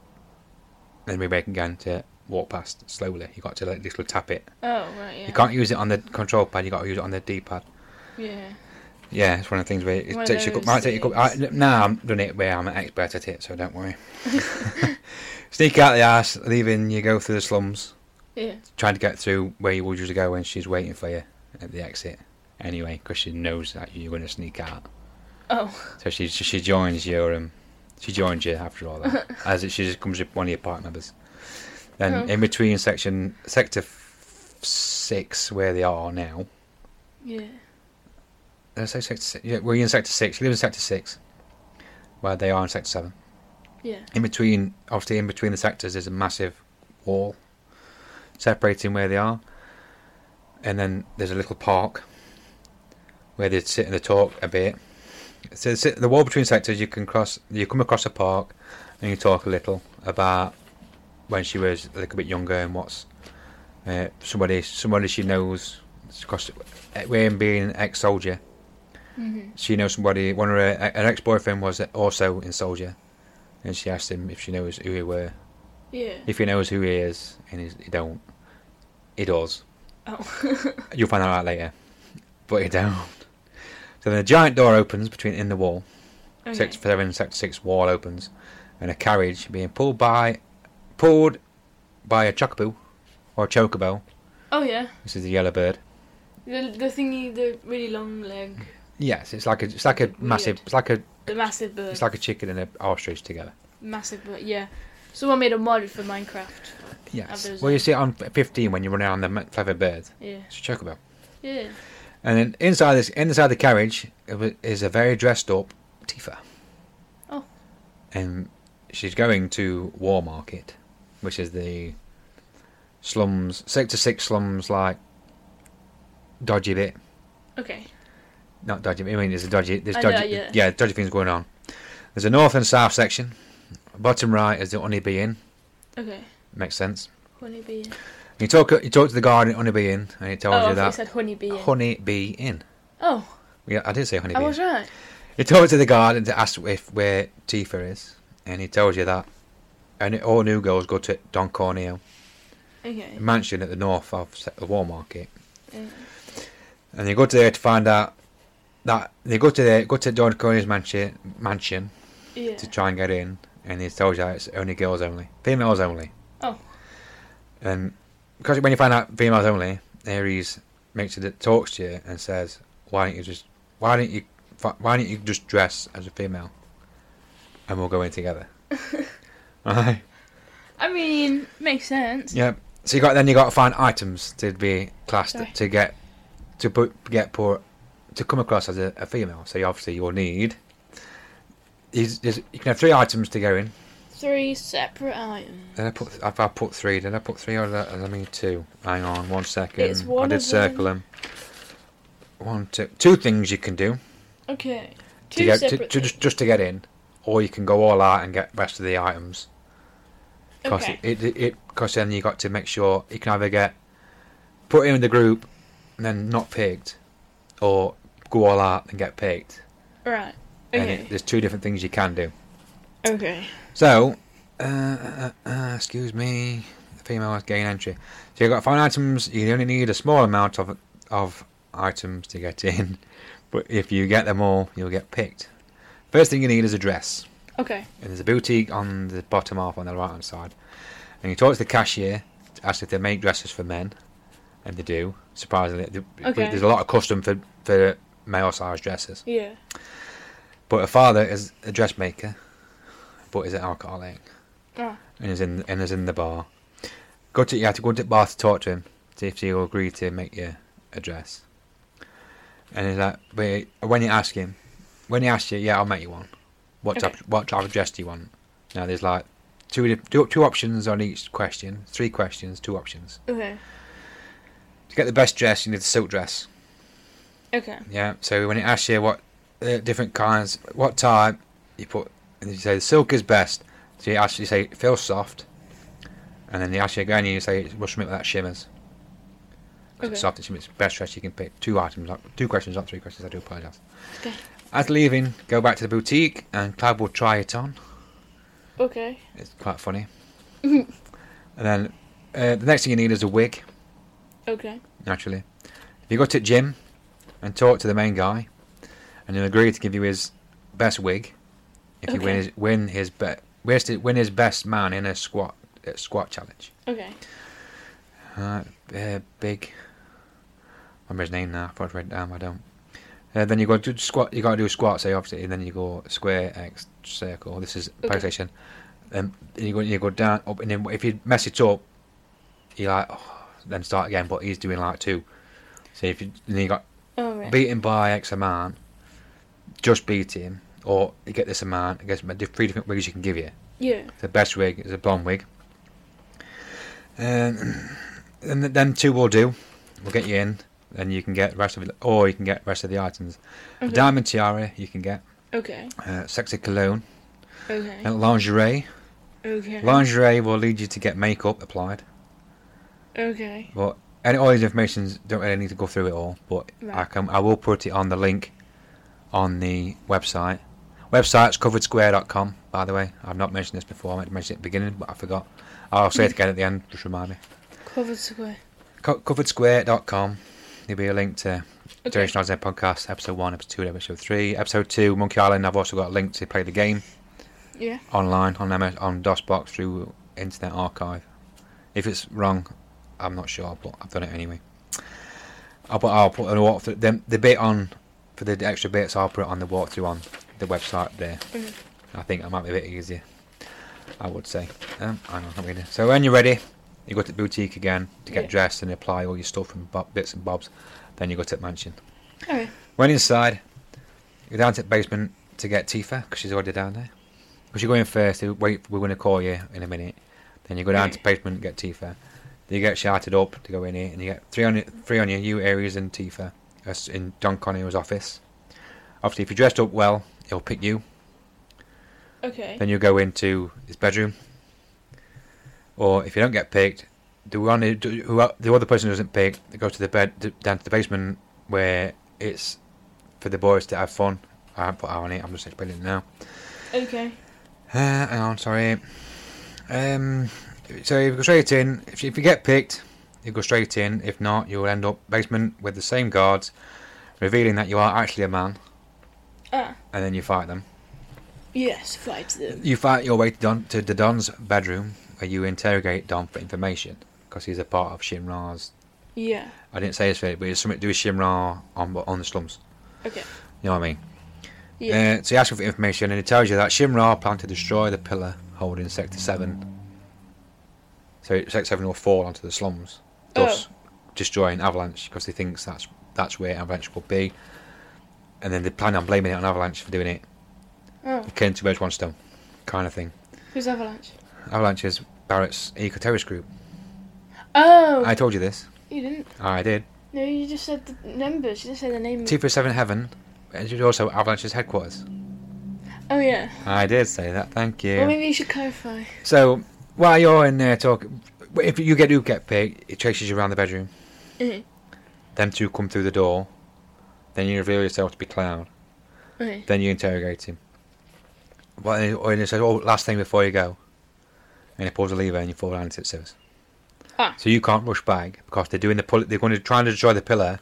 Then we make again to walk past slowly. You got to like little tap it.
Oh right, yeah.
You can't use it on the control pad. You got to use it on the D-pad.
Yeah.
Yeah, it's one of the things where it
One of
takes you. a cou-
those
Might take you. a cou- I, now I'm done it where I'm an expert at it, so don't worry. Sneak out the ass, leaving. You go through the slums
Yeah.
trying to get through where you would usually go when she's waiting for you at the exit. Anyway, because she knows that you're going to sneak out,
Oh.
so she she joins your um, she joins you after all that, as it, she just comes up one of your park members. Then
Oh.
in between section sector f- six where they are now,
Yeah.
did I say sector six? Yeah, we're in sector six. You live in sector six, where they are in sector seven.
Yeah.
in between obviously in between the sectors there's a massive wall separating where they are and then there's a little park where they sit and they talk a bit so the se- the wall between sectors you can cross you come across a park and you talk a little about when she was a little bit younger and what's uh, somebody somebody she knows because Wayne being an ex-soldier
Mhm.
she knows somebody. One of her, her ex-boyfriend was also in Soldier, and she asked him if she knows who he were.
Yeah.
If he knows who he is, and he's, he don't, he does.
Oh.
You'll find that out later, but he don't. So then a giant door opens between in the wall.
okay.
Sector seven, sector six wall opens, and a carriage being pulled by, pulled by a chocobo, or a chocobo.
Oh yeah.
This is the yellow bird.
The the thingy, the really long leg,
Yes, it's like a, it's like a massive,
Weird.
it's like a,
the massive bird.
it's like a chicken and an ostrich together.
massive bird. Yeah. Someone made a mod for Minecraft.
Yes.
those
Well, you
ones.
see it on 15 when you run around the m- clever bird.
Yeah.
It's a chocobo.
Yeah.
And then inside this, inside the carriage is a very dressed up Tifa.
Oh.
And she's going to War Market, which is the slums, Sector 6 slums, like dodgy bit.
Okay.
Not dodgy, I mean, there's a dodgy, there's
I know,
dodgy,
yeah.
dodgy things going on. There's a north and south section. Bottom right is the honeybee inn.
Okay.
Makes sense.
Honeybee.
You talk, you talk to the guard at honeybee inn, and he tells
oh, I
you
thought you
that
said honeybee. yeah.
Honey Bee Inn.
oh,
Yeah, I did say Honey
I
Bee.
was
Inn.
right.
He talks to the guard and asks if where Tifa is, and he tells you that. And all new girls go to Don Corneo,
Okay.
a mansion at the north of Se- the War Market,
Yeah.
and they go to there to find out that they go to there, go to Don Corneo's mansion, mansion
Yeah.
to try and get in, and he tells you that it's only girls only, females only.
Oh.
And because when you find out females only, Aries makes it talks to you and says, "Why don't you just why don't you fi- why don't you just dress as a female, and we'll go in together." Right.
I mean, makes sense.
Yeah. So you got then you got to find items to be classed
Sorry.
to get to put, get poor to come across as a, a female. So you obviously you'll need. Is, is, you can have three items to go in.
Three separate items.
Did I put? Have I put three? Did I put three or did I, did I mean two? Hang on, one second.
It's one
I did
of
circle them. One, two, two things you can do
Okay.
to
Two
get to,
separate.
to just, just to get in, or you can go all out and get the rest of the items. Cause
Okay.
it, it, it cause then you got to make sure you can either get put in the group and then not picked, or go all out and get picked.
right.
And
Okay.
it, there's two different things you can do.
okay.
So, uh, uh, uh, excuse me, female gain entry. So you've got to find items. You only need a small amount of of items to get in, but if you get them all, you'll get picked. First thing you need is a dress,
Okay.
and there's a boutique on the bottom half on the right hand side. And you talk to the cashier, to ask if they make dresses for men, and they do. Surprisingly, They-
Okay.
there's a lot of custom for for male sized dresses.
Yeah.
But her father is a dressmaker, but is an alcoholic.
Oh.
and is in and is in the bar. Go to you have to go to the bar to talk to him, see if he'll agree to make you a dress. And he's like, but when you ask him, when he asks you, yeah, I'll make you one. What
Okay.
type what type of dress do you want? Now there's like two dif- two two options on each question, three questions, two options.
Okay.
To get the best dress, you need a silk dress.
Okay.
Yeah. So when it asks you what uh, different kinds, what type, you put, and you say silk is best. So you actually say it feels soft, and then you actually again and you say it must something that shimmers. 'Cause
Okay.
It's soft and shimmers. Best dress you can pick. Two items, not two questions, not three questions. I do apologise.
Okay.
As leaving, go back to the boutique, and Clyde will try it on.
Okay.
It's quite funny. and then uh, the next thing you need is a wig.
Okay.
naturally. If you go to the gym and talk to the main guy, and he'll agree to give you his best wig, if you win
Okay.
his win his be, waste it- win his best man in a squat a squat challenge.
Okay.
Uh, uh, big. I remember his name now. I thought I'd read it down. but I don't. Uh, then you go to squat. You got to do a squat, say obviously, and then you go square X circle. This is
Okay.
PlayStation. Um, and you go you go down up, and then if you mess it up, you like oh, then start again. But he's doing like two. So if you then you got
All right.
beaten by X amount, just beat him, or you get this amount. I guess three different wigs you can give you
yeah.
the best wig is a blonde wig. Um, and th- them two will do. We'll get you in, and you can get the rest of it, or you can get the rest of the items. A
Okay.
diamond tiara you can get,
Okay.
uh, sexy cologne,
Okay.
and lingerie.
Okay.
Lingerie will lead you to get makeup applied.
Okay.
But and all these informations don't really need to go through it all. But I
Right.
can I will put it on the link on the website. Website's coveredsquare.com, by the way. I've not mentioned this before. I meant to mention it at the beginning, but I forgot. I'll say it again at the end, just remind me.
Covered square.
Co- coveredsquare.com. There'll be a link to
Okay.
Duration Odds End Podcast, Episode 1, Episode 2, and Episode 3. Episode 2, Monkey Island, I've also got a link to play the game
Yeah.
online on MS, on DOSBox through Internet Archive. If it's wrong, I'm not sure, but I've done it anyway. I'll put, I'll put a walkthrough. The, the bit on, for the extra bits, I'll put it on the walkthrough on the website there.
Mhm.
I think that might be a bit easier, I would say. Um, hang on, I'm reading. So when you're ready, you go to the boutique again to get
Yeah.
dressed and apply all your stuff and bo- bits and bobs. Then you go to the mansion.
Okay.
When inside, you're down to the basement to get Tifa because she's already down there. Because you go in first, they wait, we're going to call you in a minute. Then you go down to
Right.
basement and get Tifa. Then you get shouted up to go in here, and you get three on your- three on your new areas in Tifa, us in Don Connor's office. Obviously, if you're dressed up well, he'll pick you.
Okay.
Then you go into his bedroom. Or if you don't get picked, the one who, who the other person who doesn't pick, they go to the bed d- down to the basement where it's for the boys to have fun. I haven't put out on it. I'm just explaining it now.
Okay.
Uh, hang on, sorry. Um, so you go straight in. If you, if you get picked, you go straight in. If not, you'll end up basement with the same guards, revealing that you are actually a man,
Ah.
and then you fight them.
Yes. Fight them.
You fight your way to, Don, to the Don's bedroom, where you interrogate Don for information, because he's a part of Shimra's.
Yeah.
I didn't say this really, but it's something to do with Shimra on on the slums.
Okay.
You know what I mean?
Yeah.
Uh, so you ask him for information, and he tells you that Shimra planned to destroy the pillar holding Sector Seven. So Sector Seven will fall onto the slums, thus
Oh.
destroying Avalanche, because he thinks that's that's where Avalanche will be. And then they plan on blaming it on Avalanche for doing it.
oh.
Killing two birds, one stone, kind of thing.
Who's Avalanche?
Avalanche is Barrett's eco terrorist group.
Oh.
I told you this.
you didn't.
I did.
No, you just said the numbers. You didn't say the name.
Two Seven Heaven and it's also Avalanche's headquarters.
oh yeah.
I did say that. Thank you.
Well, maybe you should clarify.
So while you're in there talking, if you get do get picked, it chases you around the bedroom.
Mhm.
Them two come through the door. Then you reveal yourself to be Clown.
Okay.
Then you interrogate him. But then, or he says, "Oh, last thing before you go," and he pulls a lever and you fall down into its service.
Ah.
So you can't rush back because they're doing the pull. They're going to try and destroy the pillar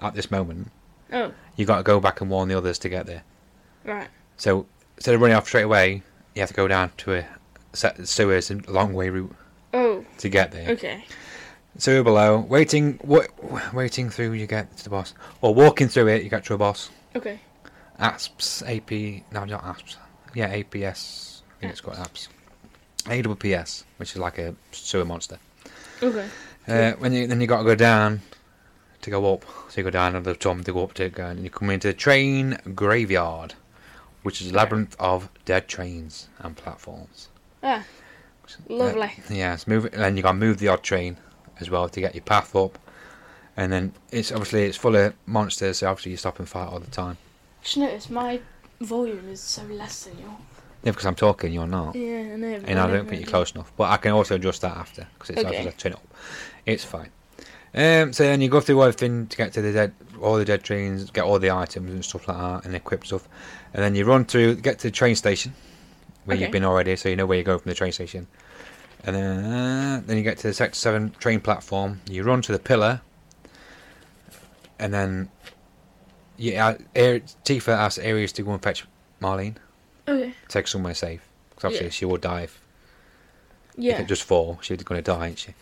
at this moment.
Oh.
You got to go back and warn the others to get there.
Right.
So instead of running off straight away, you have to go down to a set sewers and long way route
Oh.
to get there.
Okay.
So you're below, waiting, wa waiting through, you get to the boss, or walking through it, you get to a boss.
Okay.
ASPS, AP, no, not ASPS. Yeah, APS. I think it's got APS. AWPS, which is like a sewer monster.
Okay.
Uh, when you, then you got to go down to go up. So you go down another tom to go up to go, and you come into the train graveyard, which is a labyrinth of dead trains and platforms.
Ah, lovely.
Yeah, it's moving. Then you got to move the odd train as well to get your path up. And then it's obviously it's full of monsters, so obviously you stop and fight all the time.
Just notice my volume is so less than yours.
Yeah, because I'm talking, you're not.
Yeah, I know. but
and I
never
don't think
really-
you're close enough. But I can also adjust that after because it's
Okay.
okay. I turn it up. It's fine. Um, so then you go through everything to get to the dead, all the dead trains, get all the items and stuff like that, and equip stuff, and then you run through, get to the train station where you've
Okay.
been already, so you know where you go from the train station, and then uh, then you get to the sector seven train platform. You run to the pillar, and then yeah, Tifa asks Ares to go and fetch Marlene,
Okay.
take her somewhere safe because obviously
Yeah.
she will die if if
Yeah.
it just fall, she's going to die, ain't she?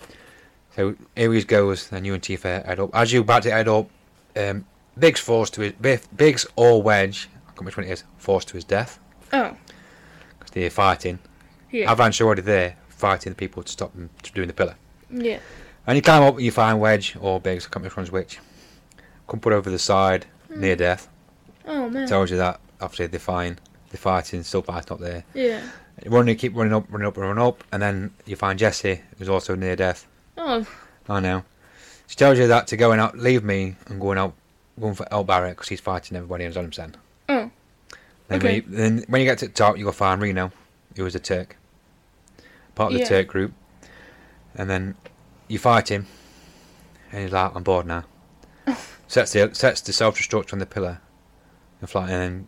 So Aries goes, and you and Tifa head up. As you about to head up, um, Biggs falls to his Bif- Biggs or Wedge, I can't remember which one it is, falls to his death
Oh.
because they're fighting.
Yeah.
Avalanche are already there fighting the people to stop them from doing the pillar.
Yeah.
And you climb up, and you find Wedge or Biggs, I can't remember which one's which. Come put over the side
Hmm.
near death.
Oh man.
Tells you that obviously they're fine, they're fighting, still fighting up there.
yeah.
Running, keep running up, running up, running up, and then you find Jesse, who's also near death.
Oh.
I know. She tells you that to go and out, leave me and go and help, go and f- help Barrett because he's fighting everybody in Zonsen.
Oh.
Then,
Okay.
when you, then when you get to the top, you'll find Reno, who was a Turk, part of the
Yeah.
Turk group. And then you fight him, and he's like, "I'm bored now." sets the sets the self destruct on the pillar, and fly, and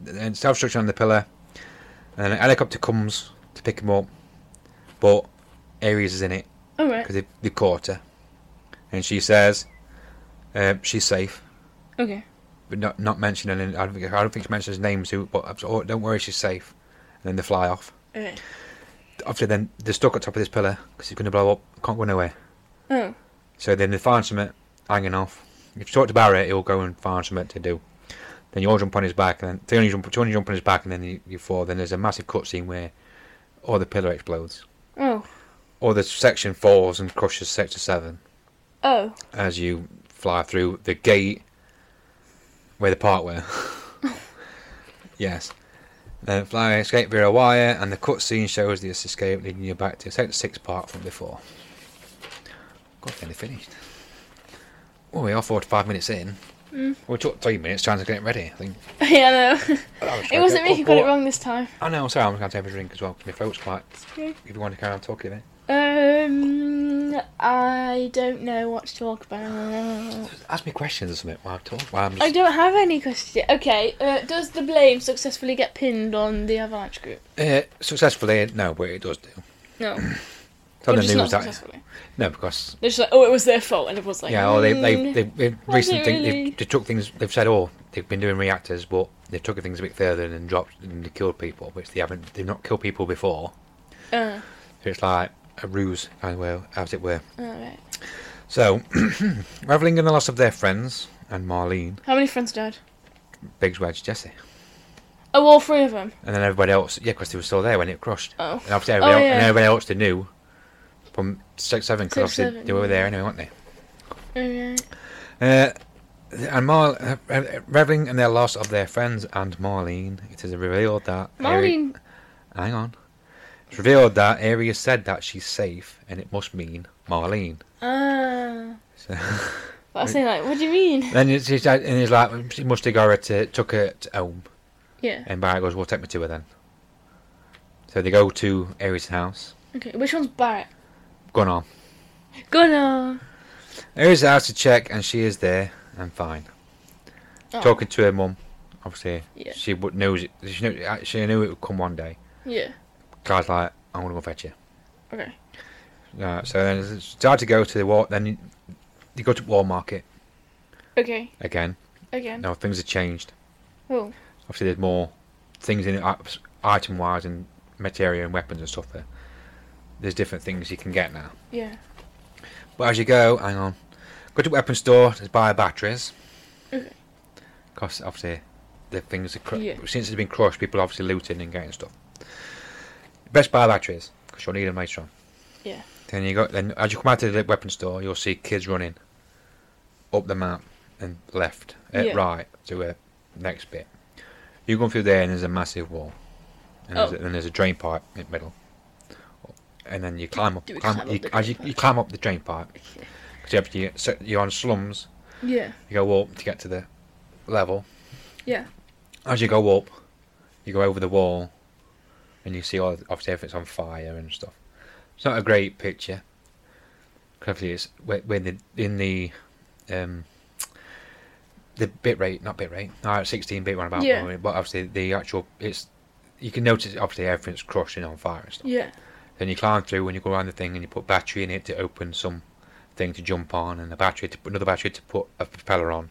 then, then self destruction on the pillar, and then a helicopter comes to pick him up, but Ares is in it
All right.
because they, they caught her, and she says uh, she's safe,
Okay.
but not not mentioning. any- I don't think I don't think she mentions names. Who? But I'm so- oh, don't worry, she's safe. And then they fly off.
Okay.
After then, they're stuck at top of this pillar because it's going to blow up. Can't go nowhere.
Oh.
So then they find something hanging off. If you talk to Barrett, he'll go and find something to do. Then you all jump on his back, and then they only jump, they only jump on his back, and then you, you fall. Then there's a massive cutscene where all the pillar explodes,
Oh.
or the section falls and crushes sector seven.
Oh.
as you fly through the gate where the part were. yes. Then fly escape via a wire, and the cutscene shows the escape leading you back to Sector 6 part from before. God, nearly finished. Well, we are 45 minutes in.
Mm.
We took three minutes trying to get it ready, I think.
yeah. I know.
I was trying
it
to
wasn't
get-
me who got it
oh,
wrong this time.
I know, sorry, I'm going to have a drink as well, 'cause my throat's quite.
Okay.
If you want to carry on talking a minute.
Um. I don't know what to talk about.
Ask me questions or something while I talk. While I'm just...
I don't have any question. Okay. Uh, does the blame successfully get pinned on the avalanche group?
Uh, successfully, no, but it does do.
No.
Oh, It's on
Or
the
just not
news that.
successfully.
No, because
They're just like, oh, it was their fault, and everyone's like,
yeah, or they they
"Mm."
they they've recently thing,
really.
they've, they took things they've said oh they've been doing reactors, but they've took things a bit further and dropped and they killed people, which they haven't. They've not killed people before.
Uh,
So it's like a ruse, kind of, well, as it were.
all right.
So, reveling in the loss of their friends and Marlene,
How many friends died?
Biggs Wedge, Jesse,
Oh, all three of them.
and then everybody else. Yeah, because they were still there when it crushed.
Oh.
And obviously everybody,
Oh,
el- and
yeah.
everybody else they knew from six seven because
Six,
obviously
seven,
they were
yeah.
there anyway, weren't they?
Okay.
Uh, and Mar- uh, uh, reveling in their loss of their friends and Marlene, it is revealed that Ari-
Marlene.
hang on, it's revealed that Aria said that she's safe, and it must mean Marlene.
Ah.
So
But I was saying, like, what do you mean?
then it's, it's, and he's like, she must have got her to took her to home,
Yeah.
and Barrett goes, "Well, take me to her then." So they go to Aria's house.
Okay. Which one's Barrett?
Gone on.
Gunnar.
Aria's house to check, and she is there and fine.
Oh,
Talking to her mum, obviously,
Yeah.
she would knows it. She knew, she knew it would come one day.
Yeah.
Guy's like, I'm gonna go fetch you.
Okay.
Uh, so then it's- it's time to go to the war. Then you, you go to war market
Okay.
again.
Again.
Now things have changed.
Oh.
Obviously, there's more things in it, item wise and material and weapons and stuff there. There's different things you can get now.
Yeah.
But as you go, hang on, go to weapon store to buy batteries.
Okay.
Because obviously, the things are cr-
Yeah.
since it's been crushed, people are obviously looting and getting stuff. Best buy batteries because you'll need them later on.
Yeah.
Then you go. Then as you come out of the weapon store, you'll see kids running up the map and left, uh,
Yeah.
right to the next bit. You go through there and there's a massive wall, and,
Oh.
there's, a, and there's a drain pipe in the middle. And then you climb up,
Do we
climb,
climb
you,
up the
as you,
drain
you
pipe?
climb up the drain pipe because you have to get, so you're on slums.
Yeah.
You go up to get to the level.
Yeah.
As you go up, you go over the wall, and you see all obviously everything's on fire and stuff. It's not a great picture. Obviously, it's when when the in the um, the bit rate, not bit rate, no, sixteen bit one about,
Yeah.
but obviously the actual it's you can notice obviously everything's crushing on fire and stuff.
Yeah.
Then you climb through and you go around the thing and you put battery in it to open some thing to jump on and a battery to another battery to put a propeller on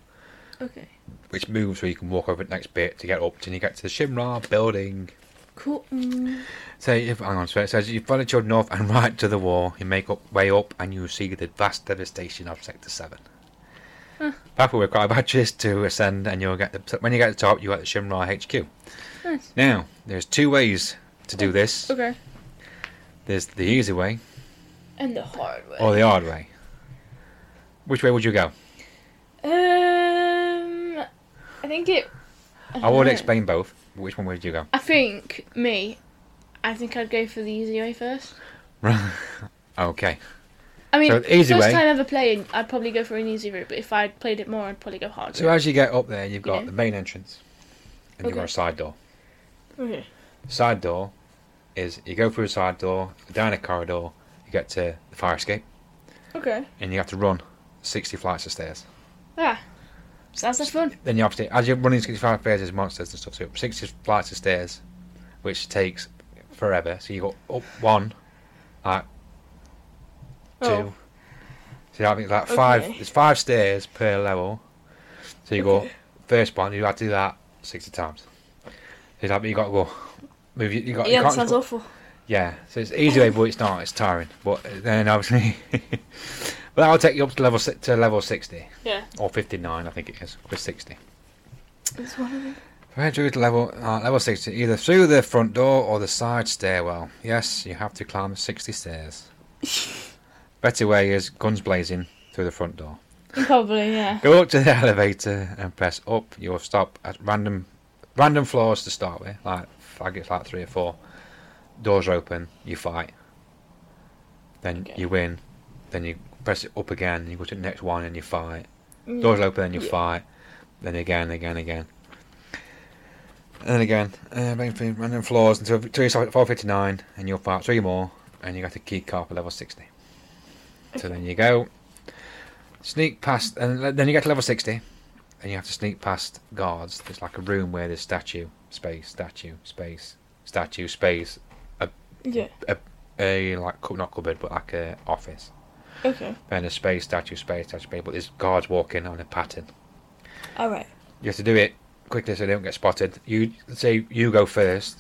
Okay.
which moves where you can walk over the next bit to get up till you get to the Shimra building.
Cool. Mm.
So, if, hang on, so it says you follow the children north and right to the wall, you make up way up, and you see the vast devastation of Sector 7.
Huh.
Papa will require badges to ascend, and you'll get the, when you get to the top, you get the Shimra HQ.
Nice.
Now, there's two ways to do this
Okay.
there's the easy way
And the hard way.
or the hard way. Which way would you go?
Um, I think it.
I would
dunno.
explain both. but Which one would you go?
I think me. I think I'd go for the easy way first.
okay.
I mean,
So the easy
first
way-
time ever playing, I'd probably go for an easy route. But if I played it more, I'd probably go hard.
So, uh,
route.
as you get up there, you've got
Yeah.
the main entrance, and you've
Okay.
got a side door.
Okay.
side door is you go through a side door, you go down a corridor, you get to the fire escape,
okay.
and you have to run 60 flights of stairs.
Ah, sounds like fun.
Then you have to, as you're running 65 stairs, there's monsters and stuff. So you're up 60 flights of stairs, which takes forever. So you go up one, like two.
Oh.
So I think like five.
Okay.
There's five stairs per level. So you go
Okay.
first one. You have to do that 60 times. So like, you got to go. Move. You, you got.
yeah,
you
that
can't
sounds
go-
awful.
yeah, so it's easy way, but it's not. It's tiring. But then obviously, but that'll take you up to level si- to level sixty
Yeah.
or fifty nine, I think it is. With sixty,
It's one of them.
right through to level uh, level sixty, either through the front door or the side stairwell. Yes, you have to climb sixty stairs. Better way is guns blazing through the front door.
Probably, yeah.
Go up to the elevator and press up. You'll stop at random random floors to start with, like I guess like three or four. Doors open, you fight. Then
Okay.
you win. Then you press it up again, you go to the next one and you fight.
Mm.
Doors open and you
Yeah.
fight. Then again, again, again. And then again, uh, main thing, random floors until, until you're at 459 and you'll fight three more and you got a key card for level 60. So then you go, sneak past, and le- then you get to level 60 and you have to sneak past guards. There's like a room where there's statue, space, statue, space, statue, space,
Yeah.
a like, cup- not cupboard, but like a office.
Okay.
Then a space, statue, space, statue, space, but there's guards walking on a pattern.
All right.
You have to do it quickly so they don't get spotted. You say you go first,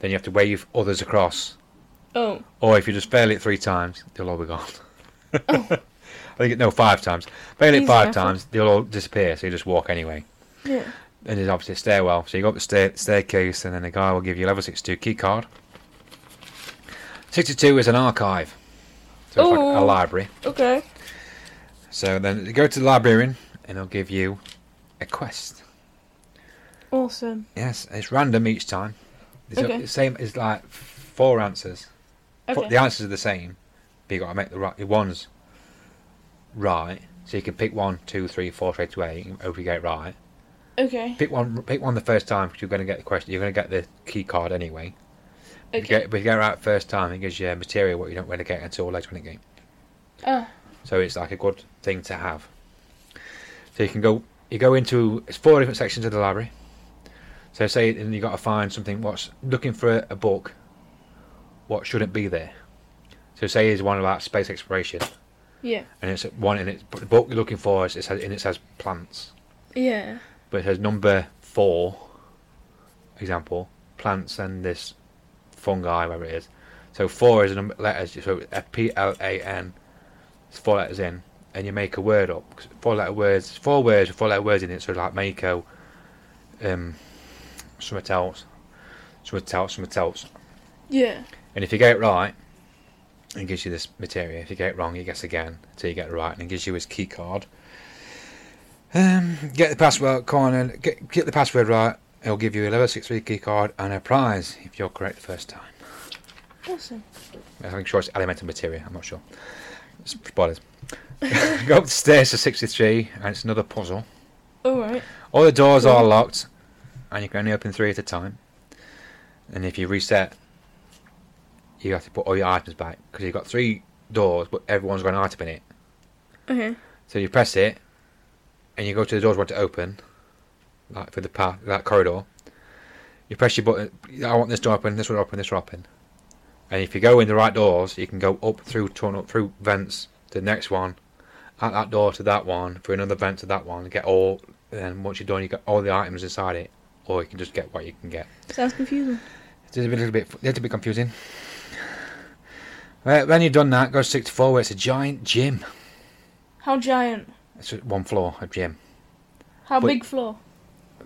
then you have to wave others across.
Oh.
Or if you just fail it three times, they'll all be gone. I think it- no five times. Fail it
Easy
five
method.
times, they'll all disappear. So you just walk anyway.
Yeah.
And there's obviously a stairwell. So you go up the stair- staircase, and then the guy will give you a level 62 key card. 62 is an archive, so it's like a
Ooh.
library.
Okay.
So then you go to the librarian, and he'll give you a quest.
Awesome.
Yes, it's random each time. It's
Okay.
the same. It's like four answers. Four-
Okay.
The answers are the same, but you got to make the right the ones right. So you can pick one, two, three, four straight away. and Hope you get it right.
Okay.
Pick one. Pick one the first time because you're going to get the question. You're going to get the key card anyway. If you get,
Okay.
if you get it right first time, it gives you material what you don't really get until later in the game.
Ah.
So it's like a good thing to have. So you can go you go into it's four different sections of the library. So say and you got to find something what's looking for a, a book what shouldn't be there. So say there's one about space exploration
Yeah.
and it's one and it's but the book you're looking for is it says and it says plants.
Yeah.
But it says number four example, plants and this fungi, whatever it is. So four is a number letters, so F P L A N. It's four letters in, and you make a word up. 'cause Four letter words, four words, with four letter words in it. So like Mako, um, something else, something else, something else.
Yeah.
And if you get it right, it gives you this material. If you get it wrong, you guess again until you get it right, and it gives you his key card. Um, get the password corner. Get, get the password right. It'll give you a level six three key card and a prize if you're correct the first time.
Awesome.
I'm sure it's elemental material. I'm not sure. Spoilers. Go up the stairs to 63, and it's another puzzle.
All right.
All the doors are
Cool.
locked, and you can only open three at a time. And if you reset, you have to put all your items back because you've got three doors, but everyone's got an item in it.
Okay.
So you press it, and you go to the doors you want to open, like for the path, that corridor. You press your button. I want this door open. This one open. This one open. And if you go in the right doors, you can go up through tunnel through vents to the next one, at that door to that one, through another vent to that one. Get all. And once you're done, you get all the items inside it, or you can just get what you can get.
Sounds confusing.
It's a little bit, a little bit confusing. Right, when you've done that, go stick to four. Where it's a giant gym.
How giant?
It's just one floor of gym.
How
But-
big floor?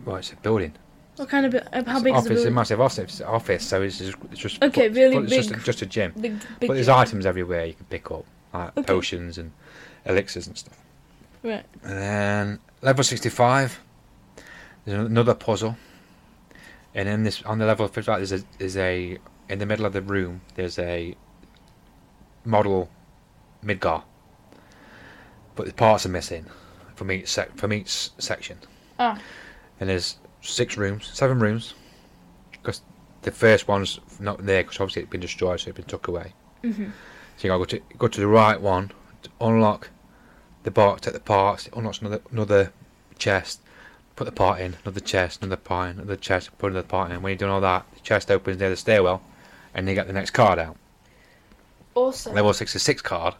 Well, it's a building.
What kind of? bu- uh, How
It's
big
office,
is the
a
building?
massive office, it's an office, so it's just, it's just
Okay,
but-
really
but it's just,
big.
just a gym.
Big, big.
but there's
gym.
items everywhere you can pick up, like
Okay.
potions and elixirs and stuff.
Right.
And then level 65, there's an- another puzzle, and in this on the level 55 there's a, there's a in the middle of the room there's a model Midgar, but the parts are missing from each sec- from each section
Ah.
and there's six rooms, seven rooms, because the first one's not there because obviously it's been destroyed, so it's been took away.
Mhm.
So you gotta go to go to the right one to unlock the box, take the parts, it unlocks another another chest, put the part in, another chest, another part in, another chest, put another part in. When you've done all that, the chest opens near the stairwell, and you get the next card out.
Awesome.
Level sixty-six card.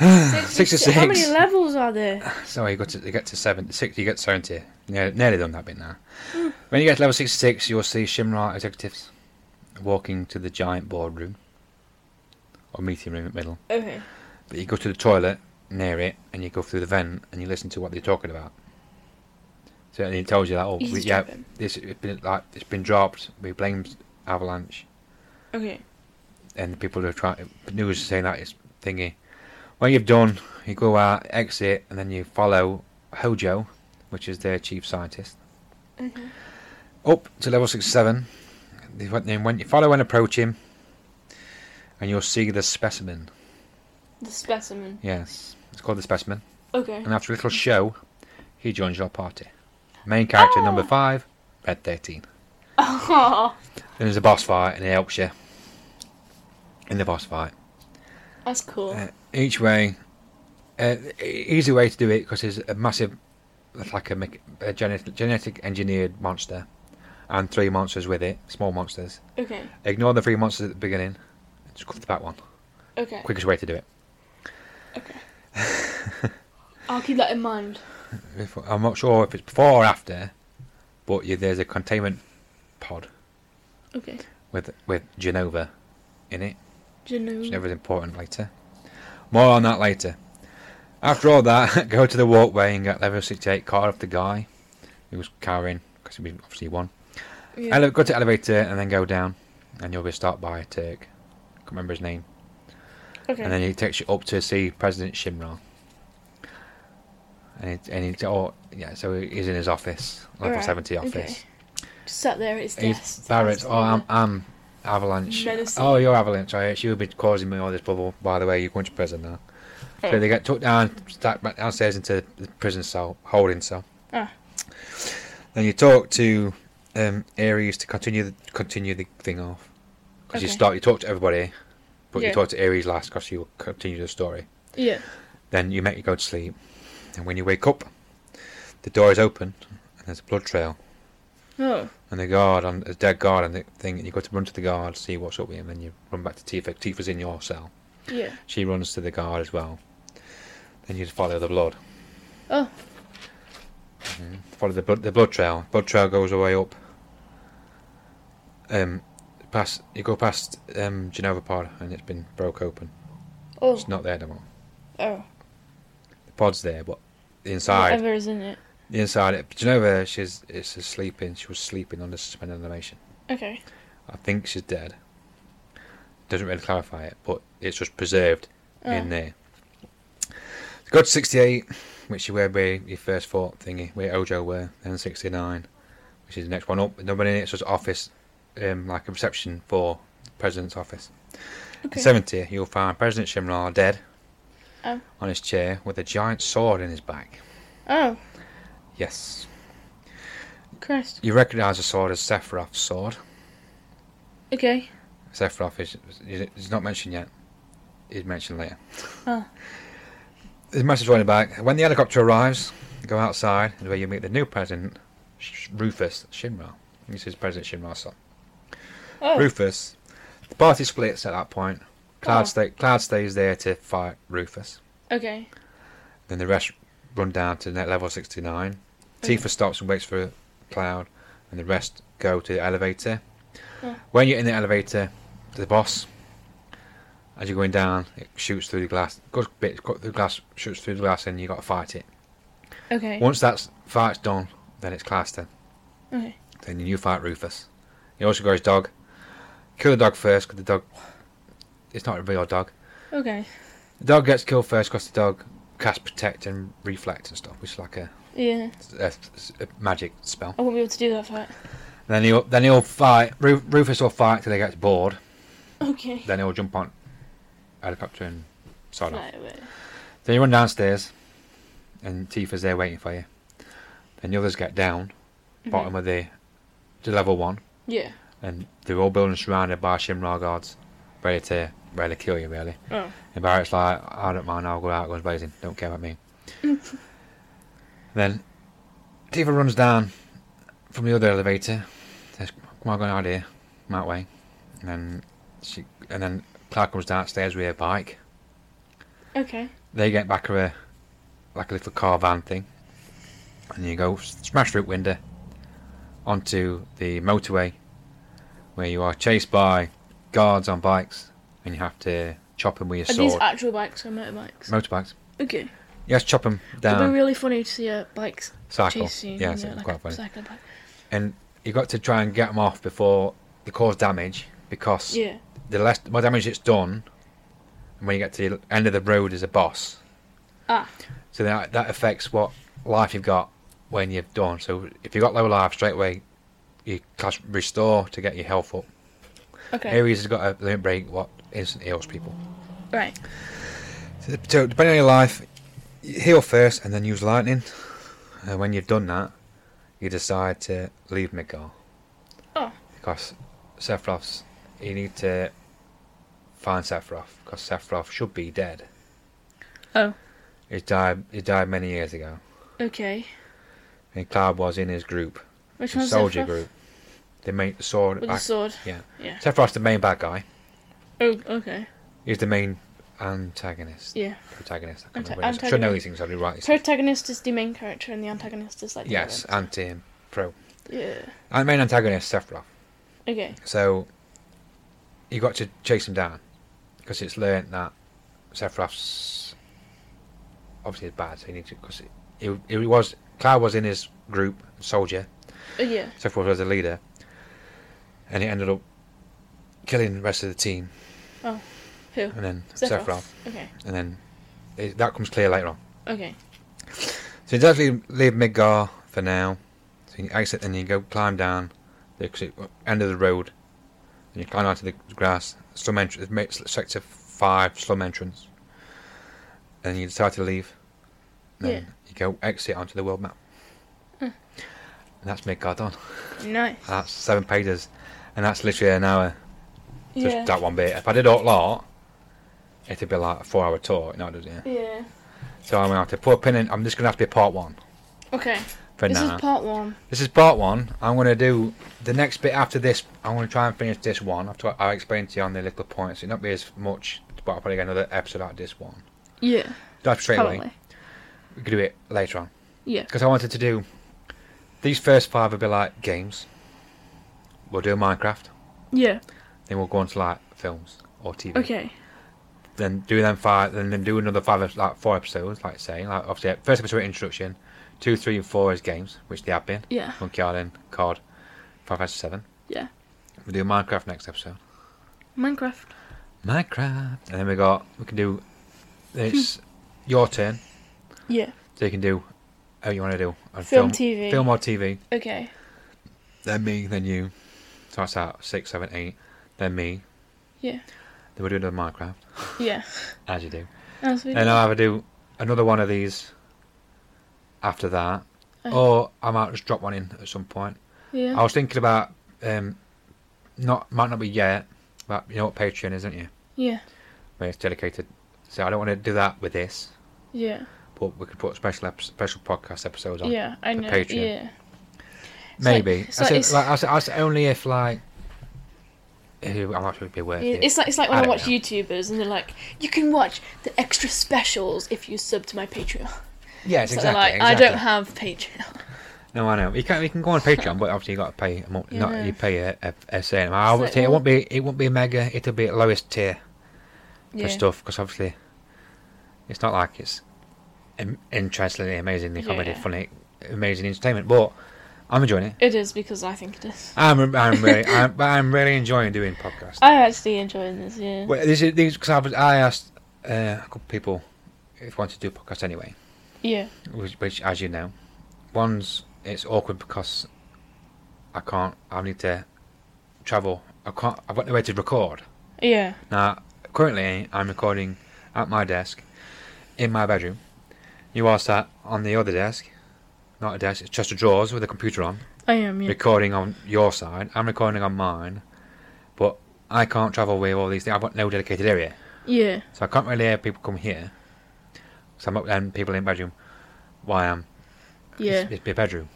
Sixty six. How many
66.
levels are there?
So you got to you get to seventy six. You get to seventy. Nearly, nearly done that bit now. When you get to level sixty six, you'll see Shimra executives walking to the giant boardroom or meeting room at middle.
Okay.
But you go to the toilet near it, and you go through the vent, and you listen to what they're talking about. So and he tells you that oh
He's
we, yeah,
jumping.
this it's been like it's been dropped. We blame Avalanche
Okay.
and the people who are trying news is saying that it's thingy. When you've done, you go out, exit, and then you follow Hojo, which is their chief scientist,
Okay.
up to level six seven. Then when you follow and approach him, and you'll see the specimen.
The specimen.
Yes, it's called the specimen.
Okay.
And after a little show, he joins your party. Main character
Ah.
number five, Red Thirteen.
Oh,
Then there's a boss fight, and he helps you in the boss fight.
that's cool.
Uh, each way. Uh, e- easy way to do it because there's a massive, it's like a, mech- a genetic, genetic engineered monster, and three monsters with it, small monsters.
Okay.
Ignore the three monsters at the beginning. Just go for the back one.
Okay.
Quickest way to do it.
I'll keep that in mind.
If- I'm not sure if it's before or after, but you, there's a containment pod
Okay.
with with Genova in it. which
Genova.
never is important later. More on that later. After all that, go to the walkway and get level 68 card off the guy who was carrying, because we obviously won.
Yeah.
Ele- go to elevator and then go down, and you'll be stopped by a Turk. can't remember his name.
Okay.
And then he takes you up to see President Shimron. And he, and he, oh, yeah, so he's in his office, level
Alright,
70
okay.
office.
Just sat there at his
He's
desk.
Barrett. Oh, I'm, I'm Avalanche.
Menacing.
Oh, you're Avalanche. I, she would be causing me all this bubble. By the way, you're going to prison now.
Oh.
So they get took down, stacked back downstairs into the prison cell, holding cell.
Ah.
Then you talk to um, Ares to continue the, continue the thing off because you
Okay.
start you talk to everybody, but
Yeah.
you talk to Ares last because you continue the story.
Yeah.
Then you make you go to sleep, and when you wake up, the door is open and there's a blood trail
Oh.
and the guard on a dead guard and the thing and you got to run to the guard see what's up with him and you run back to Tifa Tifa's in your cell
Yeah.
she runs to the guard as well then you follow the blood
Oh.
Mhm. follow the blood the blood trail blood trail goes away up um past you go past um Genova pod and it's been broke open
Oh.
it's not there anymore
Oh.
the pod's there but the inside
Whatever is in it.
the inside Genova she's it's a sleeping she was sleeping under suspended animation
Okay.
I think she's dead. Doesn't really clarify it, but it's just preserved
Oh.
in there. Go to 68, which is where we, your first fought thingy, where Ojo were, then 69, which is the next one up. And then when it's just office, um, like a reception for the president's office.
Okay.
In 70, you'll find President Shimlar dead
Oh.
on his chair with a giant sword in his back.
Oh,
Yes.
Christ.
You recognise the sword as Sephiroth's sword.
Okay.
Sephiroth is, is, is not mentioned yet. He's mentioned later.
Oh.
The message running back. When the helicopter arrives, go outside is where you meet the new president, Sh- Rufus Shinra. This is President Shinra's son.
Oh.
Rufus. The party splits at that point. Cloud,
Oh.
stay, Cloud stays there to fight Rufus.
Okay.
Then the rest run down to net level 69.
Okay.
Tifa stops and waits for Cloud, and the rest go to the elevator.
Oh.
When you're in the elevator, the boss, as you're going down, it shoots through the glass. Goes bit cut through the glass, shoots through the glass, and you got to fight it.
Okay.
Once that fight's done, then it's class 10.
Okay.
Then you fight Rufus. He also got his dog. Kill the dog first, because the dog. It's not a real dog.
Okay.
The dog gets killed first because the dog cast protect and reflect and stuff, which is like a,
Yeah.
a- a magic spell.
I won't be able to do that fight.
Then he'll then he'll fight. Ru- Rufus will fight till he gets bored.
Okay.
Then he'll jump on helicopter and sod off.
Right away.
Then you run downstairs, and Tifa's there waiting for you. Then the others get down,
Mm-hmm.
bottom of the to level one,
Yeah.
and they're all buildings surrounded by Shimra guards, ready to ready to kill you really.
Oh.
And Barrett's like, I don't mind, I'll go out, guns blazing, don't care about me. then Tifa runs down from the other elevator, says, Come on, I've got an idea, come out way. And then, she, and then Cloud comes downstairs with her bike.
Okay.
They get back of a, like a little car van thing. And you go smash through the window onto the motorway where you are chased by guards on bikes and you have to chop them with your
Are
sword.
these actual bikes or motorbikes?
Motorbikes.
okay.
Yes, chop them
It'd
down.
be really funny to see a bike
cycle.
chasing.
Yeah, it's
like
quite
a
funny.
cycle bike.
And you got to try and get them off before they cause damage because
Yeah.
the less the more damage it's done, and when you get to the end of the road as a boss,
Ah.
so that that affects what life you've got when you've done. So if you've got low life straight away, you clash restore to get your health up.
Okay.
Ares has got a limit break what instant heals people.
Right.
So so depending on your life, you heal first and then use lightning. And when you've done that, you decide to leave Midgar.
Oh.
Because Sephiroth's, you need to find Sephiroth because Sephiroth should be dead.
Oh.
He died. He died many years ago.
Okay.
And Cloud was in his group,
Which
his
one's
soldier
Sephiroth?
group. They made the sword.
With
back.
the sword.
Yeah.
Yeah.
Sephiroth's the main bad guy.
Oh. Okay.
He's the main antagonist.
Yeah.
Protagonist. I can't
Anta-
remember. what it is. I should know
antagonist.
these things. I do right.
Protagonist is the main character, and the antagonist is like. the
Yes,
villain.
anti and pro.
Yeah.
Our main antagonist, Sephiroth.
Okay.
So you got to chase him down because it's learnt that Sephiroth's obviously is bad. So you need to because it, it, was Cloud was in his group soldier.
Uh, yeah.
Sephiroth was the leader, and he ended up killing the rest of the team,
Who?
and then Sephiroth,
Sephiroth. Okay.
and then it, that comes clear later on.
Okay.
So you just leave, leave Midgar for now. So you exit and you go climb down the exit- end of the road. And you climb onto the grass. Slum entrance, sector 5 slum entrance. And you decide to leave. And then
Yeah. Mm.
you go exit onto the world map. And that's Midgar done.
Nice.
And that's seven pages. And that's literally an hour. Just
yeah.
that one bit. If I did all lot, it'd be like a four hour tour. No, it doesn't, yeah.
Yeah.
So I'm going to have to put a pin in. I'm just going to have to be part one
Okay.
for
this
now.
is part one.
This is part one. I'm going to do the next bit after this. I'm going to try and finish this one. I've t- I explained to you on the little points. It'll not be as much, but I'll probably get another episode out of this one.
Yeah.
Not straight away.
Probably.
We could do it later on.
Yeah.
Because I wanted to do. These first five will be like games. We'll do Minecraft.
Yeah.
Then we'll go on to like films or TV.
Okay.
Then do them five. Then, then do another five, of- like four episodes, like say. Like obviously, first episode introduction. Two, three, and four is games, which they have been.
Yeah.
Monkey Island, COD, Five Fantasy Seven.
Yeah.
We do Minecraft next episode.
Minecraft.
Minecraft, and then we got we can do. It's your turn,
Yeah.
so you can do. Oh, you want to do a
Film, TV.
film or TV.
Okay.
Then me, then you. So that's out six, seven, eight. Then me.
Yeah.
Then we do another Minecraft,
Yeah.
as you do.
As we
And uh,
do.
I'll have to do another one of these after that.
Okay.
Or I might just drop one in at some point.
yeah.
I was thinking about um not might not be yet, but you know what Patreon is, don't you?
yeah.
Where it's dedicated. So I don't want to do that with this,
Yeah.
but we could put special ep- special podcast episodes on.
Yeah. I
the
know.
Patreon.
Yeah. It's like-
Maybe.
it's
I
like-
said,
it's-
like, I said, I said only if like who I'm not sure it'd be worth
Yeah,
it.
It's like it's like when
I
I,
don't
watch
know.
YouTubers and they're like, you can watch the extra specials if you sub to my Patreon.
yes,
So
exactly.
they're like,
exactly.
I don't have Patreon.
No, I know. You can you can go on Patreon, but obviously you got to pay. A month,
Yeah.
Not you pay a, a, a certain amount. I would
like,
say it
well-
won't be it won't be a mega. It'll be at lowest tier for
Yeah.
stuff because obviously it's not like it's im- interestingly, amazingly comedy,
Yeah.
funny, amazing entertainment. But I'm enjoying it.
It is because I think it is.
I'm I'm really I'm, but I'm really enjoying doing podcasts.
I'm actually enjoying this. Yeah.
Well, this is these because I, was- I asked uh, a couple of people if they wanted to do podcasts anyway,
Yeah.
which, which as you know, one's it's awkward because I can't. I need to travel. I can't. I've got nowhere to record
Yeah.
now. Currently, I'm recording at my desk in my bedroom. You are sat on the other desk, not a desk. It's just a drawers with a computer on
I am. Yeah.
recording on your side. I'm recording on mine, but I can't travel with all these things. I've got no dedicated area,
Yeah.
so I can't really hear people come here. So I'm up and people in bedroom. Why I'm
Yeah.
it's, it's my bedroom.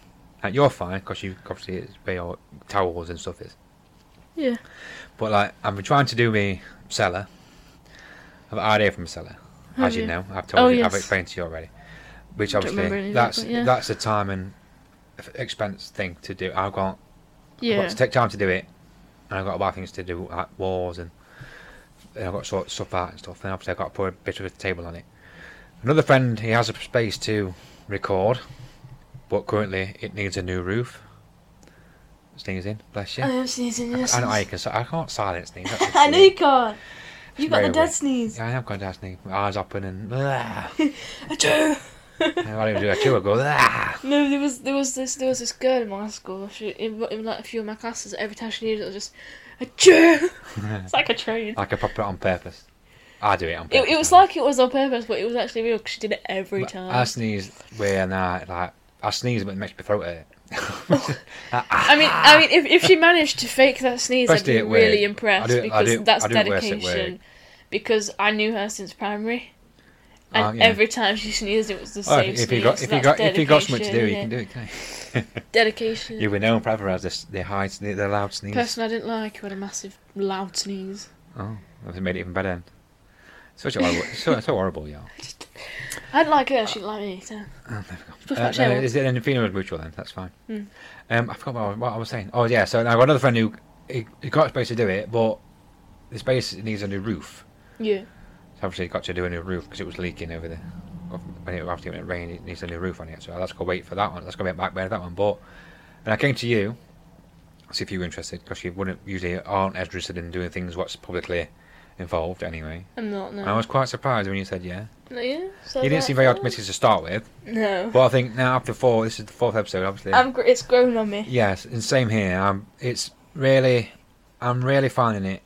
Like you're fine because you obviously it's where your towels and stuff is.
Yeah.
But like I've been trying to do me cellar. I've had idea from cellar,
Have
as you
you?
know. I've told
Oh,
you. I've
yes.
explained to you already. Which
Don't remember
obviously
any of it,
that's
but yeah.
that's a time and f- expense thing to do. I've got I've got
Yeah.
to take time to do it, and I've got to buy things to do, like walls, and, and I've got to sort stuff out and stuff. And obviously, I've got to put a bit of a table on it. Another friend, he has a space to record, but currently it needs a new roof. Sneezing, bless you.
I am sneezing.
I,
Oh, Yes.
I know I can. si- I can't silence sneeze. that's just
I know
weird.
you can't. You got
Very
the dead
weird.
sneeze.
Yeah, I have got that sneeze. My eyes open and.
I do.
I don't even do that too. I go. "Ah."
No, there was there was this there was this girl in my school. She in, in like a few of my classes. Every time she needed it, it was just a chew. it's like a train.
Like I pop it on purpose. I do it on
It,
purpose.
it was
now.
like it was on purpose, but it was actually real because she did it every
But uh, I
time.
sneeze when I like I sneeze, but it makes my throat hurt.
Oh. I mean, I mean, if, if she managed to fake that sneeze, I'd
Especially
be
at work.
really
I
impressed
do it- I
because
do-
that's
I do it worse at work.
dedication. Because I knew her since primary, and
Ah, yeah.
every time she sneezed, it was the
Oh,
same.
if,
sneeze,
if you got
so
if you
that's
got if you got something to do,
dedication,
you
yeah.
can do it. Can you?
Dedication.
you were known forever as this the high sne- the loud sneeze.
Person I didn't like who had a massive loud sneeze.
Oh, that made it even better. Such a horrible, so, so horrible, y'all.
I didn't like her. She didn't like me. So.
Oh, there we
Push
go.
my
Uh,
chair
no,
once.
is it an female mutual then? That's fine.
Mm.
Um, I forgot what I, was- what I was saying. Oh yeah, so now I've got another friend who he, he got space to do it, but the space needs a new roof.
Yeah.
So obviously, got to do a new roof because it was leaking over there. When it, after it rained, it needs a new roof on it. So let's go wait for that one. Let's go get back there that one. But and I came to you, see if you were interested because you wouldn't usually aren't as interested in doing things what's publicly involved anyway.
I'm not. No.
And I was quite surprised when you said yeah.
No, yeah. So
Oh. you didn't
that-
seem very optimistic to start with,
No.
but I think now after four, this is the fourth episode, obviously.
I'm. gr- It's grown on me.
Yes, and same here. I'm. It's really, I'm really finding it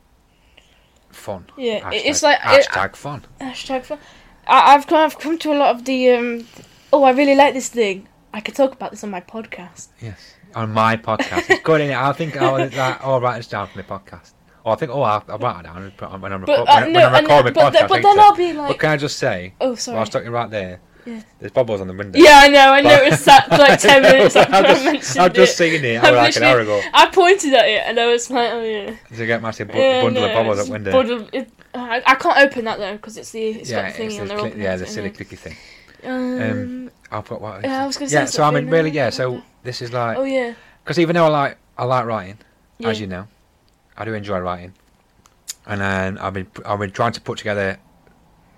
fun.
Yeah, it-
Hashtag-
it's like- it-
hashtag fun.
Hashtag fun. I, I've come, I've come to a lot of the. Um, oh, I really like this thing. I could talk about this on my podcast.
Yes, on my podcast. It's good, is I think I'll, like, I'll write this down for the podcast. Or I think, oh, I'll, I'll write it down and put it on when I'm,
But,
record,
uh,
when,
no,
when I'm
and
recording
then- but
the
then-
podcast.
but
later.
then I'll be like-
But can I just say,
Oh, sorry.
whilst talking right there,
Yeah.
there's bubbles on the window.
yeah, I know. I know.
But-
It's that for like ten minutes after
I've
I
just,
mentioned
I've just
it.
seen it
I've
like an hour ago.
literally- I pointed at it and I was like, oh yeah.
So you get a massive bu-
yeah
bundle
no,
of bubbles
it's
at the window.
bundle- it- I, I can't open that though because it's the it's
yeah,
got the
it's
thingy on
the
there.
cli-
opening
yeah,
it,
the
isn't
silly
it?
clicky thing.
Um,
I've got what.
Yeah, I was gonna say
yeah, so I mean,
something,
really,
uh,
yeah. So this is
oh
like
yeah.
because even though I like I like writing,
yeah.
as you know, I do enjoy writing, and then I've been I've been trying to put together,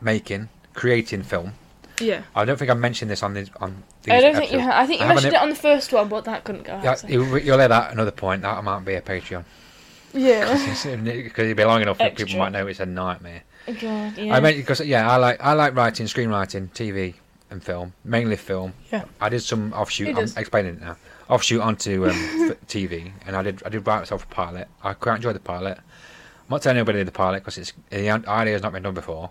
making, creating film.
yeah.
I don't think I mentioned this on this on. These
I don't think you.
episodes.
Ha- I think you
I haven't-
mentioned it on the first one, but that couldn't go. out, so.
Yeah, you, will hear that another point. That might be a Patreon.
Yeah.
because it'd be long enough that people
Extra.
might know it's a nightmare.
Oh, God, yeah.
I mean, because yeah, I like I like writing, screenwriting, TV and film, mainly film.
Yeah.
I did some offshoot.
It
I'm
is.
explaining it now. Offshoot onto um, f- TV, and I did I did write myself a pilot. I quite enjoyed the pilot. I'm not telling anybody the pilot because it's the idea has not been done before.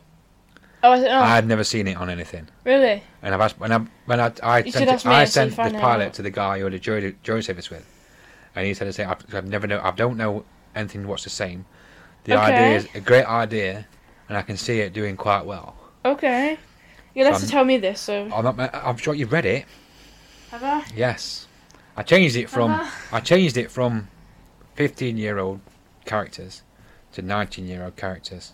oh, I, th- oh
I had never seen it on anything.
really?
And I've asked when I when I, I
You
sent
should
it,
ask me
I
so
sent
you
the
find out.
pilot to the guy who had a jury jury service with, and he said the same. I've, I've never know. I don't know anything what's the same. The
Okay.
idea is a great idea, and I can see it doing quite well.
Okay. You'll have to
Um,
tell me this, so.
I'm, not, I'm sure you've read it.
Have I?
Yes, I changed it from
Uh-huh.
I changed it from fifteen year old characters to nineteen year old characters.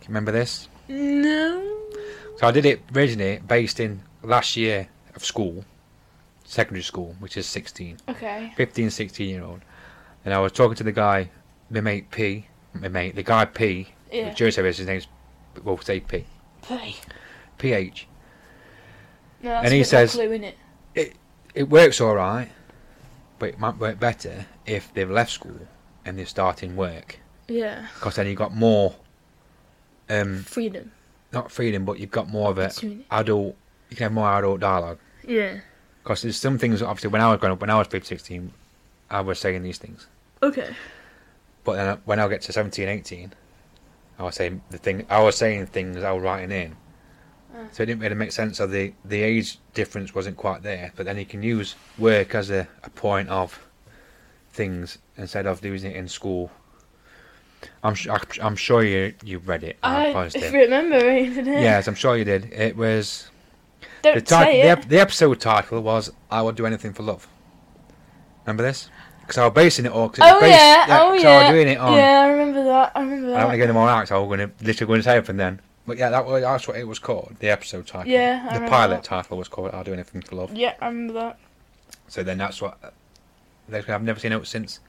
Can you Remember this?
No.
So I did it originally based in last year of school, secondary school, which is sixteen.
Okay.
15, 16 year old. And I was talking to the guy, my mate P, my mate, the guy P,
Yeah.
jury service, his name's, we'll say P,
Play.
PH.
No, that's
And
a
he
bit of a
says-
clue, innit?
It works alright, but it might work better if they've left school and they're starting work.
Yeah.
Because then you've got more, um,
Freedom.
not freedom, but you've got more of a
Opportunity.
adult, you can have more adult dialogue.
Yeah.
Because there's some things, obviously, when I was growing up, when I was 15, 16, I was saying these things.
Okay.
But then uh, when I get to 17, 18, I was saying the thing I was saying things I was writing in.
Mm.
So it didn't really make sense. So the the age difference wasn't quite there. But then you can use work as a, a point of things instead of using it in school. I'm su- I'm su- I'm sure you you read it. I'm
I
positive.
remember reading it.
Yes, I'm sure you did. It was
Don't
the, tit-
say
the,
it.
ep- the episode title was "I Would Do Anything for Love." Remember this? Because I was basing it all. Cause it was
Oh
based-
yeah, oh
so
yeah.
I was doing it on
Yeah, I remember that. I remember
I don't want to
that.
get them all out, so I'm going to literally going to say it from then. But yeah, that was, that's what it was called. The episode title.
Yeah, I
The
remember
pilot
that.
title was called "I'll Do Anything for Love."
Yeah, I remember that.
So then that's what. that's what I've never seen it since.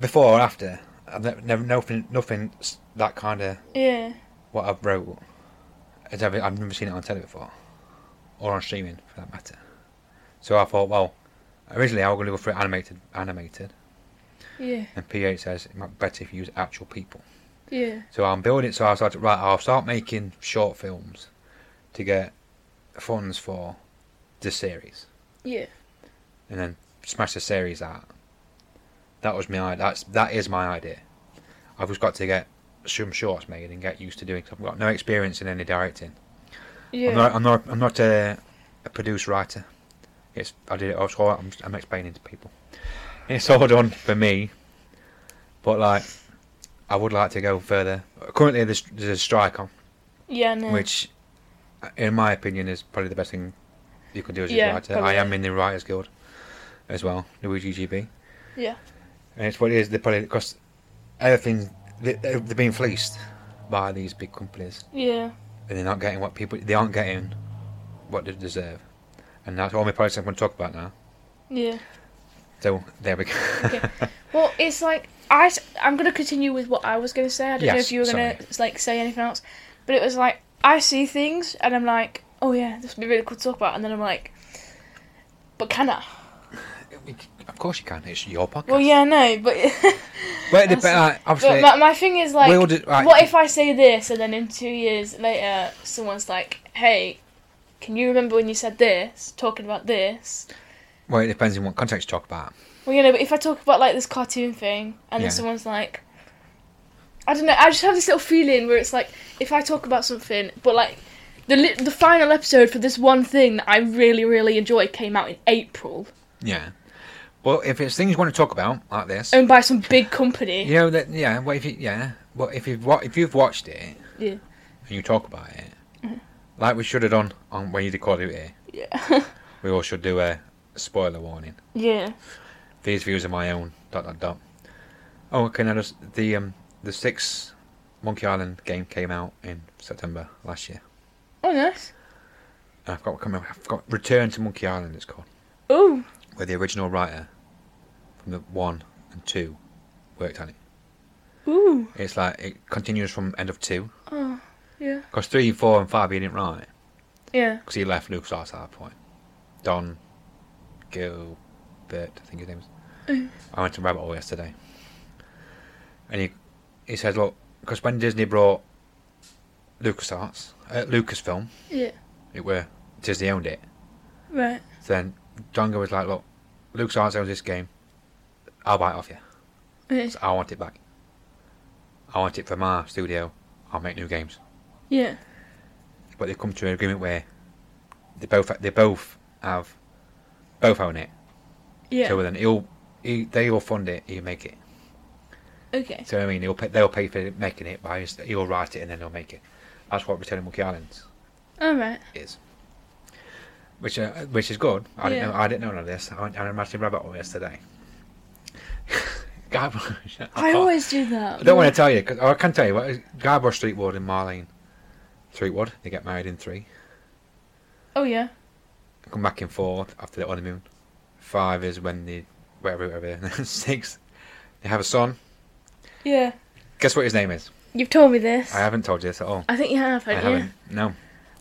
Before or after, I've never, never nothing, nothing s- that kind of
Yeah.
what I've wrote. Has ever, I've never seen it on telly before, or on streaming for that matter. So I thought, well, originally I was going to go for animated, animated,
Yeah.
and PH says it might be better if you use actual people.
Yeah.
So I'm building it. So I started right. I'll start making short films to get funds for the series,
Yeah.
and then smash the series out. That was my i- that's that is my idea. I've just got to get some shorts made and get used to doing. Cause I've got no experience in any directing.
Yeah.
I'm not. I'm not. I'm not a, a produce writer. It's. I did it. I was, I'm, I'm explaining to people. It's all done for me. But like, I would like to go further. Currently, there's, there's a strike on,
yeah. No.
which, uh, in my opinion, is probably the best thing you can do as a
Yeah,
writer. I
probably.
am in the Writers Guild, as well, the WGGB.
Yeah.
And it's what it is. They probably because everything they, they've been fleeced by these big companies
Yeah.
and they're not getting what people they aren't getting what they deserve. And that's all my products I'm going to talk about now.
Yeah.
So there we go.
Okay. Well, it's like I. s- I'm gonna continue with what I was gonna say. I don't know
Yes,
if you were gonna like say anything else, but it was like I see things and I'm like, oh yeah, this would be really cool to talk about, and then I'm like, but can I?
of course you can. It's your podcast.
Well, yeah, no, but.
But, the,
that's-
but uh, obviously,
But my, my thing is like,
we'll do- right.
what if I say this and then in two years later someone's like, hey, can you remember when you said this, talking about this?
well, it depends on what context you talk about.
Well, you know, but if I talk about like this cartoon thing and
Yeah.
then someone's like, I don't know, I just have this little feeling where it's like, if I talk about something, but like, the, li- the final episode for this one thing that I really, really enjoy came out in April,
Yeah. Well, if it's things you want to talk about like this,
owned by some big company.
you know that yeah. Well, if you, yeah, well, if you've wa- if you've watched it
Yeah.
and you talk about it, like we should have done on when you recorded it, here,
Yeah.
we all should do a spoiler warning.
yeah.
these views are my own. Dot dot dot. Oh, okay. Now just the um the six Monkey Island game came out in September last year.
Oh, nice.
And I've got come I've got Return to Monkey Island. It's called
Oh,
where the original writer from the one and two worked on it.
ooh.
It's like it continues from end of two.
Oh, yeah.
Cause three, four, and five he didn't write
Yeah.
because he left Lucas Arts at that point. Don Gilbert, I think his name is. I went to Rabbit Hole yesterday. And he he said, look, because when Disney brought LucasArts, uh, Lucasfilm,
Yeah.
it were Disney owned it.
Right.
Then Django was like, look, LucasArts owns this game. I'll buy it off you.
Okay.
I want it back. I want it for my studio. I'll make new games.
Yeah.
But they've come to an agreement where they both they both have both own it.
Yeah.
So then he'll he, they will fund it. He'll make it.
okay.
So I mean, he'll pay, they'll pay for making it, but he's- he'll write it and then he'll make it. That's what Return of Monkey Islands
All right.
is. Which uh, which is good. I didn't
Yeah.
know I didn't know none of this. I went down a massive rabbit hole yesterday. Guy, Oh,
I always do that.
I don't want to tell you, 'cause- oh, I can tell you. What, Guybrush Threepwood and Marlene Threepwood, they get married in three.
Oh yeah.
Come back in four after their honeymoon. Five is when they, whatever, whatever. Six, they have a son.
Yeah.
Guess what his name is?
You've told me this.
I haven't told you this at all.
I think you have,
I
haven't you?
haven't. No.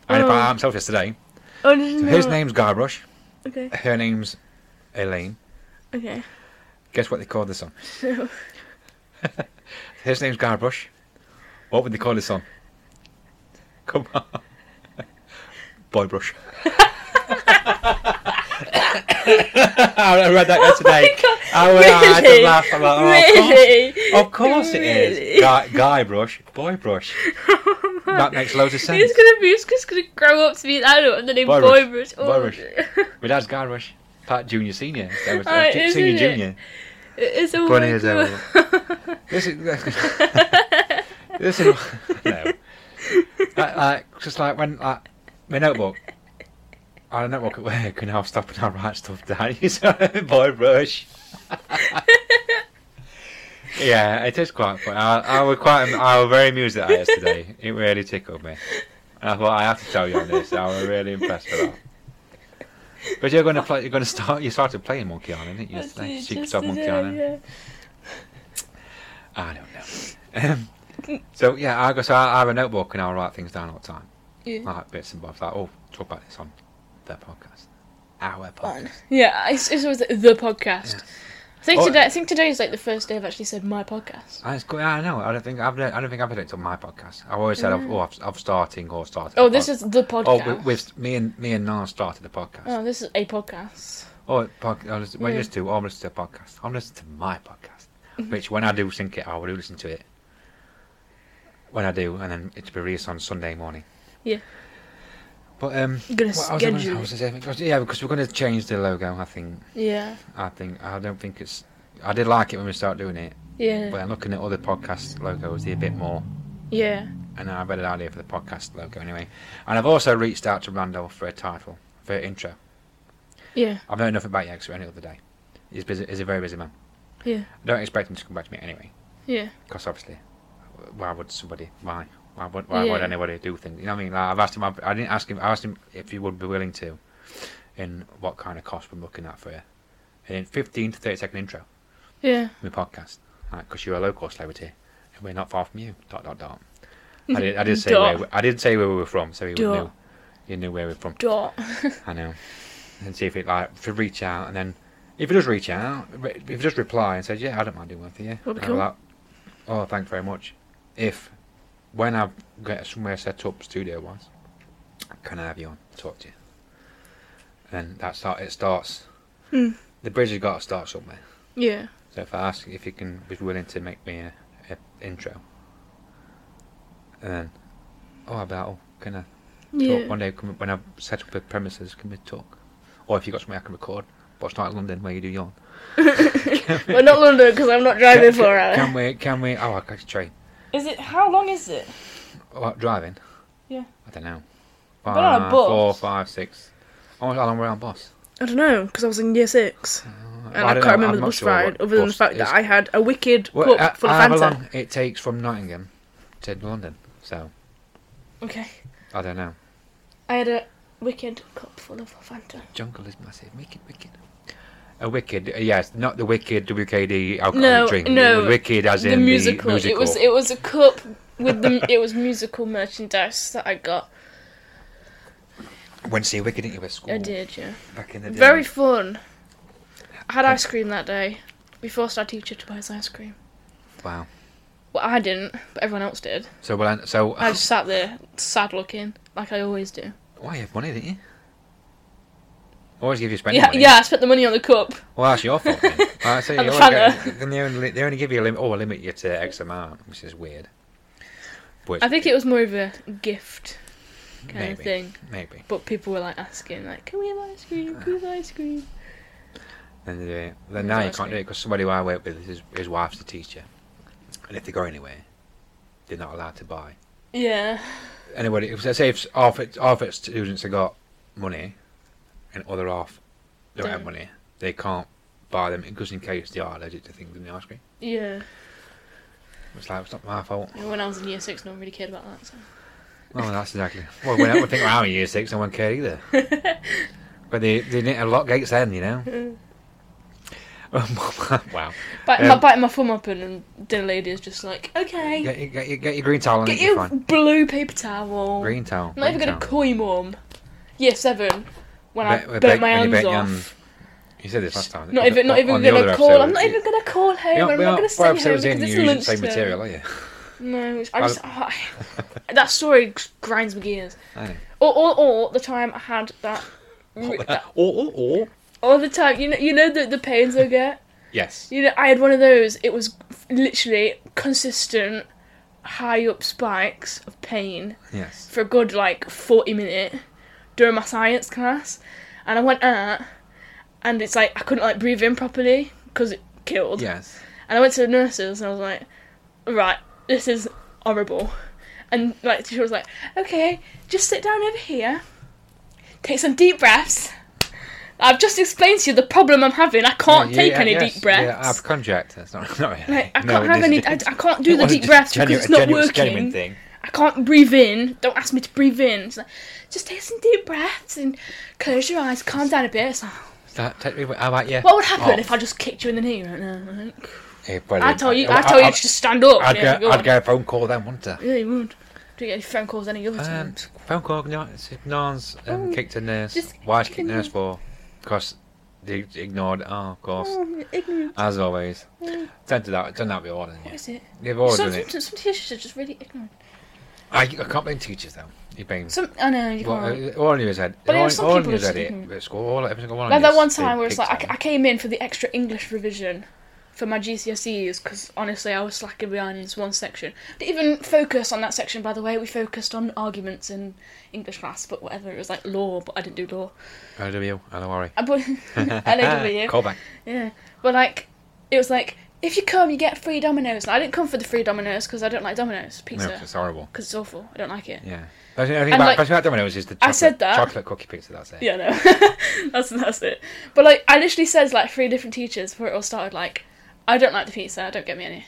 I only
Oh.
found out myself yesterday.
Oh no, no,
So
no.
his name's Guybrush.
Okay.
Her name's Elaine.
Okay.
Guess what they called the son?
So
His name's Guybrush. What would they call his son? Come on. Boybrush. I read
Oh
that yesterday. I, was- I had to
Really?
laugh. I'm like, oh,
really?
Of course, of course it
Really?
is. Guy, guy brush, boy brush. That makes loads of sense.
He's gonna be, he's just gonna grow up to be an adult under the name
Boy
Boy
Rush.
Rush.
Boy
Oh,
Rush. My dad's guy brush. Pat Junior Senior. So it's-
Oh,
it's Senior
isn't it?
Junior.
It's all
Funny
my
as ever.
God.
This is this is no. Like, like just like when like my notebook. I had a notebook at work, and I'll stop and I'll write stuff down. You said, boy brush. yeah, it is quite funny. I, I was quite, um, I was very amused at that yesterday. It really tickled me. And I thought I have to tell you on this. I was really impressed with that. But you're going to play. You're going to start. You started playing Monkey Island, didn't you?
That's
yesterday?
it,
Secret
just
of
the
Monkey
day,
Island.
yeah.
I don't know. Um, so yeah, I guess I, I have a notebook and I'll write things down all the time,
Yeah.
like bits and bobs. Like, oh, talk about this on their podcast, our podcast.
Fun. Yeah, it's, it's always like, the podcast. I think
Oh,
today. I think today is like the first day I've actually said my podcast.
I, I know. I don't think I've. I don't think I've had it on my podcast. I've always said, I've, oh, I've, I've starting or started.
Mm. Oh,
a
this
pod-
is the podcast.
Oh, with, with me and me and Nana started the podcast.
Oh, this is a podcast.
Oh, pod, I listen, when you
Yeah. Mm-hmm.
listen to, I'm listening to a podcast. I'm listening to my podcast, which when I do sync it, I will listen to it. When I do, and then it'll be released on Sunday morning.
Yeah.
But um,
I'm gonna
Well, I was gonna-
schedule.
I
it.
was gonna say, because- yeah, because we're going to change the logo. I think.
Yeah,
I think. I don't think it's. I did like it when we started doing it,
yeah,
but I'm looking at other podcast logos they're a bit more,
yeah.
and I've had an idea for the podcast logo anyway. And I've also reached out to Randolph for a title for an intro.
Yeah.
I've heard nothing back yet, because any other day. He's busy. He's a very busy man.
Yeah.
I don't expect him to come back to me anyway,
Yeah.
because obviously, why would somebody? Why? Why would, why would
Yeah.
anybody do things? You know what I mean? Like, I've asked him. I I didn't ask him. I asked him if he would be willing to, and what kind of cost we're looking at for a, a 15 to 30 second intro
Yeah.
my podcast because you're a local celebrity and we're not far from you. Dot dot dot. I did. I did say
Dot.
where we- I did say where we were from, so he would
Dot.
knew. He knew where we were from.
Dot.
I know. And see if it like if it reach out and then if he does reach out, re- if he just reply and says yeah, I don't mind doing one for you.
That'd be
I'll be
cool.
like, oh, thanks very much. If when I get somewhere set up studio wise, can I have you on to talk to you? And that's how it starts.
Hmm.
The bridge has got to start somewhere.
Yeah.
So if I ask if you can be willing to make me a, a intro, and then oh, about oh, can I talk
Yeah.
one day can, when I've set up a premises? Can we talk? Or if you got something I can record, but it's not in London where you do yawn.
Well, not London because I'm not driving for
can,
hours.
can we? Can we? Oh, I catch a train. Oh,
Is it? How long is it?
What driving?
Yeah.
I don't know.
But on a
Five,
bus.
four, five, six. How much- how long were we on bus?
I don't know because I was in year six and
Well,
I,
don't
can't
know,
remember
I'm
the
not
bus
sure
ride,
what
other than the
bus
fact
is.
that I had a wicked
Well,
cup full
I,
of
how
Fanta.
long it takes from Nottingham to London? So
Okay.
I don't know.
I had a wicked cup full of Fanta.
Jungle is massive. Wicked, wicked. A wicked, uh, yes, not the wicked WKD alcoholic
No,
drink.
no,
the wicked as
the
in
musical.
the musical.
It was it was a cup with the it was musical merchandise that I got.
Went to see Wicked, didn't you, at school?
I did, yeah.
Back in the day.
Very fun. I had ice cream that day. We forced our teacher to buy us ice cream.
Wow.
Well, I didn't, but everyone else did.
So well, and- so
I just sat there, sad looking, like I always do.
why you have money, didn't you? Always give you spending
Yeah,
money.
yeah. I spent the money on the cup.
Well, that's your fault. Then. well, I say
And
you
the
always get- then they only they only give you a limit. Oh, I limit you to X amount, which is weird. But
I think it was more of a gift kind of
maybe,
thing.
maybe.
But people were like asking, like, "Can we have ice cream? Can we have ice cream?"
Then they do it. Then
It's
now you
ice
can't do
cream.
it because somebody who I work with, his, his wife's the teacher, and if they go anywhere, they're not allowed to buy.
Yeah,
Anybody, if say if half its, half its students have got money, and other half don't have
Don't.
money, they can't buy them because in case they are allergic to things in the ice cream.
yeah.
It's like it's not my fault.
And when I was in year six, no one really cared about that. So.
Oh, that's exactly. Well, when I would think around year six, no one cared either. but they they didn't have lock gates then, you know. wow.
Bite,
Um,
biting my thumb open, and dinner lady is just like, "Okay,
Get, your- get, your- get your green towel on.
get
it, you're
your
fine.
blue paper towel."
Green towel.
I'm not even
green
gonna
towel.
call you mum. Year seven, when I
Bet-
burnt
bet-
my
when you
hands
bet your
off.
You said this last time.
Not even, not
On-
even
on the
gonna
other
call.
episode.
I'm not even gonna call
You're
home.
not-
I'm
you're
not
four
gonna send home
episodes
because
in,
it's
you use the
lunch
same material, are you?
No, it's- I
Well-
just I, that story grinds my gears.
I know.
Or, or, or the time I had that.
Oh, oh, oh.
All the time, you know, you know the the pains I get.
Yes.
You know, I had one of those. It was literally consistent, high up spikes of pain
Yes.
for a good like forty minute during my science class, and I went out, and it's like I couldn't like breathe in properly because it killed.
Yes.
And I went to the nurses and I was like, right, this is horrible. And like she was like, okay, just sit down over here, take some deep breaths. I've just explained to you the problem I'm having. I can't
Yeah,
take
yeah,
any
yes.
deep
Yeah,
breaths.
abconject. That's not. not really.
like, I
No,
can't
it
have
is-
any. I, I can't do
it
the
was a
deep breaths
genuine-
because it's not
genuine- genuine
working.
thing.
I can't breathe in. Don't ask me to breathe in. It's like, just take some deep breaths and close your eyes, calm down a bit. It's like,
That, technically, how about you?
what would happen
Oh. eh,
if I just kicked you in the knee right now? Like,
Yeah, brilliant.
I tell you, I tell you
I'd-
to just stand up.
I'd,
yeah,
get,
go on.
I'd get a phone call then, wouldn't I?
Yeah, you would. Do you get any phone calls any other
Um,
time?
phone call, no, it's- Nan's um,
Oh,
kicked a nurse.
just
Why'd you
kick
kick
a
nurse
nurse.
for? Because they ignored. Oh, of course.
Oh, you're ignorant.
As always.
Mm.
Don't do that. Don't that be ordering
What
you.
is it?
They've all
some,
done it.
Some, some teachers are just really ignorant.
I, I can't blame teachers though. You blame.
Some, I know you
Well,
can't.
uh, all of us had.
But
all,
then some
all of
people
us
just
had it.
didn't.
At school, all, every single one.
like
of
that
us
one
did
time where it's
picked
like I,
on.
I came in for the extra English revision for my GCSEs because honestly I was slacking behind in this one section. Didn't even focus on that section by the way. We focused on arguments in English class, but whatever. It was like law, but I didn't do law.
LW, hello, Harry.
I put LAW.
Call back.
Yeah, but like, it was like if you come, you get free Dominoes. And I didn't come for the free Dominoes because I don't like Dominoes
No,
pizza
'cause
because
it's horrible.
it's awful. I don't like it.
Yeah. But the only thing
And,
about,
like,
but about Domino's is the chocolate,
I said that.
chocolate cookie pizza. That's it.
Yeah, no, that's that's it. But like, I literally said like three different teachers before it all started. Like, I don't like the pizza. Don't get me any.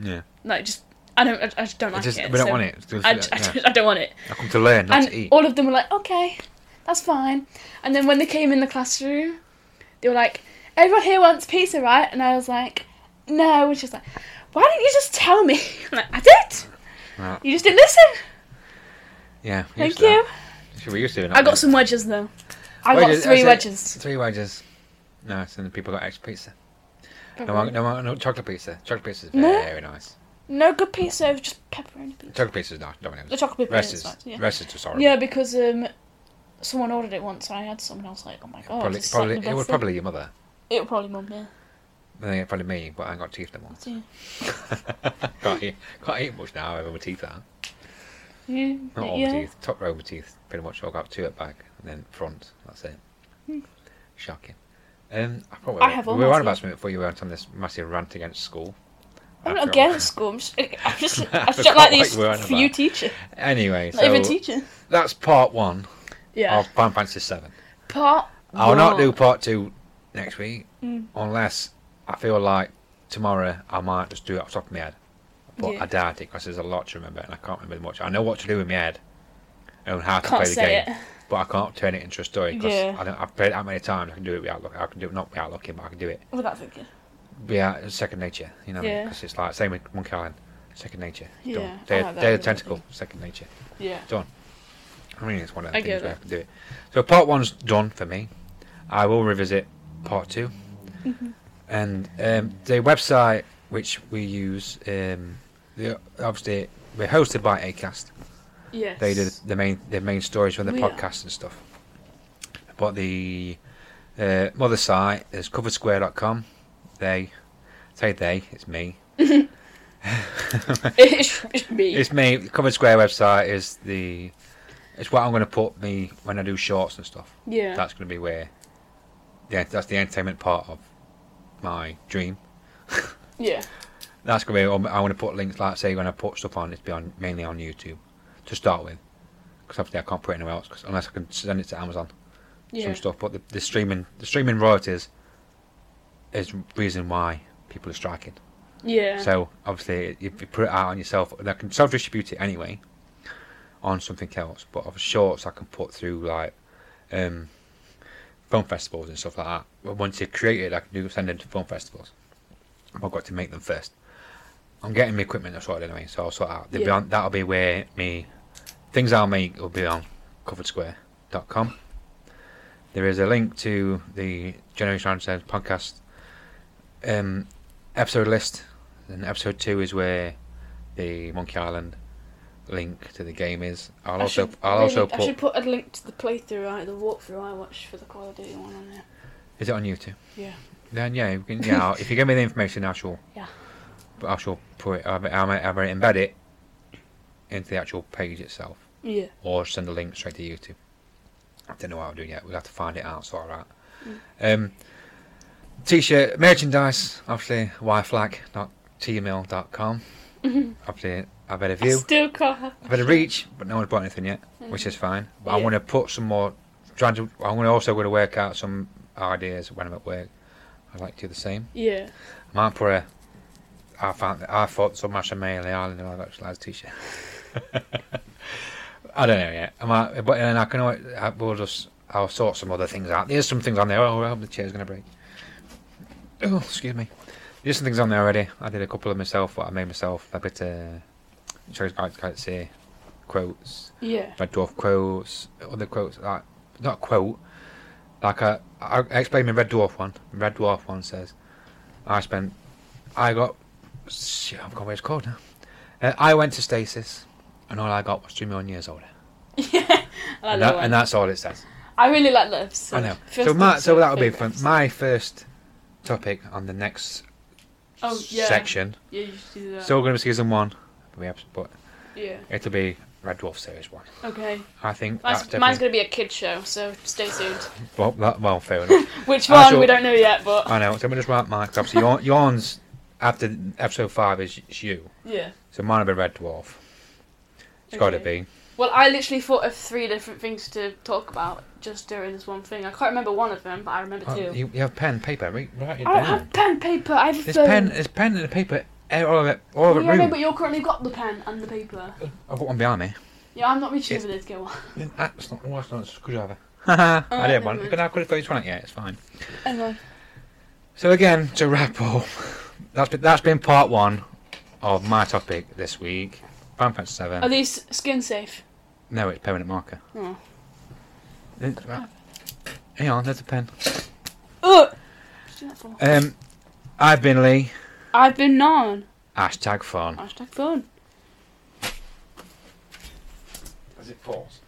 Yeah.
Like, just I don't. I, I just don't like
It's just,
it.
we don't
so
want it. It's just-
I, I,
yeah.
I don't want it.
I come to learn, not
and
to eat.
all of them were like, okay, that's fine. And then when they came in the classroom, they were like, everyone here wants pizza, right? And I was like, no. And she was like, why didn't you just tell me? I'm like, I did.
Right.
You just didn't listen.
Yeah.
Thank you.
Should we used to?
I got some wedges though. I got three wedges.
Three wedges. Nice, and the people got extra pizza. No,
Pepperoni.
one- no, one- no, chocolate pizza. Chocolate pizza is
No.
very nice.
No good pizza, with just pepperoni pizza.
Chocolate pizza is nice. Domino's.
The chocolate pepperoni
Rest
is
is
nice, yeah.
rest is just horrible.
Yeah, because um, someone ordered it once and I had some and I was like, oh my god.
probably,
this is like
probably,
the
it
best
was
thing.
probably your mother.
It would probably mum, yeah.
I think it probably me, but I ain't got teeth no more.
That's it.
can't, eat, can't eat much now. I have my teeth out.
Yeah.
Not all
yeah.
my teeth. Top row of my teeth. Pretty much all got two at back and then front. That's it. Shocking. Um, I, probably,
Hmm. I have all
we were
my
on about
teeth.
something before you went on this massive rant against school.
I'm
After
not
all.
against school. I'm just, I'm just,
I
I just
forgot
don't like
what
these
you were on
few
about.
teachers.
Anyway,
Not even
so
teachers.
that's part one
Yeah.
of Final Fantasy Seven.
Part.
I'll not do
one.
part two next week
Mm.
unless I feel like tomorrow I might just do it off the top of my head. But
Yeah.
I doubt it because there's a lot to remember and I can't remember much. I know what to do in my head and how to
Can't
play the
say
game, but I can't turn it into a story because
Yeah.
I don't, I've played it that many times. I can do it without looking. I can do it not without looking, but I can do it.
it without thinking.
Yeah, it's second nature, you know,
Yeah.
because it's like same with Monkey Island, second nature.
Yeah,
Done.
I
Day,
like that
Day of
with
the Tentacle,
everything.
second nature.
Yeah.
I mean, it's one of
I
the things
get
we
it.
have to do
Mm-hmm.
it. So part one's done for me. I will revisit part 2 and um, the website which we use, um, the, obviously we're hosted by Acast.
Yes.
They do the, the main the main stories for the
We are.
podcast and stuff. But the uh, mother site is coveredsquare.com. They say they, it's me.
it's, it's me.
It's me. The Covered Square website is the it's what I'm going to put me when I do shorts and stuff.
yeah.
That's going to be where yeah, that's the entertainment part of my dream.
yeah.
That's gonna be. um, I want to put links, like say, when I put stuff on, it's be on mainly on YouTube to start with, because obviously I can't put it anywhere else 'cause unless I can send it to Amazon
Yeah.
some stuff. But the, the streaming, the streaming royalties is reason why people are striking.
Yeah.
So obviously, if you put it out on yourself, and I can self-distribute it anyway on something else. But of shorts, I can put through like um, film festivals and stuff like that. But once they're created, I can do send them to film festivals. But I've got to make them first. I'm getting my equipment that's sorted anyway, so I'll sort out. They'll be
Yeah.
on, that'll be where me things I'll make will be on coveredsquare.com. There is a link to the Generation Answers podcast um, episode list, and episode two is where the Monkey Island link to the game is. I'll
I
also
should
I'll
really-
also
I should
put
put a link to the playthrough, I, the walkthrough I watched for the Call of Duty one on there.
is it on YouTube?
Yeah.
Then yeah, you can, yeah. I'll- if you give me the information, I shall.
Yeah.
But I shall put it. I might, I might, I might embed it into the actual page itself,
Yeah.
or send a link straight to YouTube. I don't know what I'll do yet. We'll have to find it out. Sort of that. Um, t-shirt merchandise, obviously yflag.tmail.com. Obviously, I've had a
I
view.
still can't have
I've had a reach, but no one's bought anything yet, which is fine. But I
Yeah.
want to put some more. Trying to, I'm going to also going to work out some ideas when I'm at work. I'd like to do the same.
Yeah.
I might put a. I found I thought some mash may on the island and I got slides t-shirt. I don't know yet. I might, but then I can. always- I, we'll just. I'll sort some other things out. There's some things on there. Oh, I hope the chair's going to break. Oh, excuse me. There's some things on there already. I did a couple of myself. What I made myself a bit. Uh, shows I can't say quotes.
Yeah.
Red Dwarf quotes, other quotes like not quote. Like I, I explained my Red Dwarf one. Red Dwarf one says, "I spent, I got, shit, I've got what it's called now. Uh, I went to stasis, and all I got was two million years older,
Yeah. I like
and,
that,
that,
one.
and that's all it says.
I really like that episode.
I know.
First
so my, so
episode,
that would be fun.
favourite
My first topic on the next
episode. oh, yeah.
section.
Yeah, you should do that.
Still going to be season one, we have- but
yeah.
it'll be Red Dwarf series one.
Okay.
I think
Mine's,
that's definitely.
mine's going to be a kid show, so stay tuned.
Well, that, well, fair enough.
Which
I
one
shall-
we don't know yet, but
I know. So I'm just write mine. 'cause Obviously, yawn, yawns after episode five is it's you.
yeah.
So mine will be Red Dwarf. It's got to
Okay.
be.
Well, I literally thought of three different things to talk about just during this one thing. I can't remember one of them, but I remember
Oh,
two.
you, you have pen, paper. Right, write it
I don't
down.
have pen, paper. I have a
There's
phone.
pen. There's pen and paper. eh, All of it. All of
yeah,
it.
I know,
room.
but you're currently got the pen and the paper.
I've got one behind me.
Yeah, I'm not reaching
It-
over there to get one.
That's not. Oh, that's not a screwdriver. Haha, I
Oh,
did
never
one.
mind.
But I could have thrown this one out. Yeah, it's fine.
Hang on.
So again, to wrap up, that's been, that's been part one of my topic this week. Final Fantasy Seven.
Are these skin safe?
No, it's permanent marker.
Oh.
Hang on, there's a pen.
Ugh! Just do that for-
Um, I've been Lee.
I've been known.
Hashtag fun.
Hashtag phone.
Is it pause?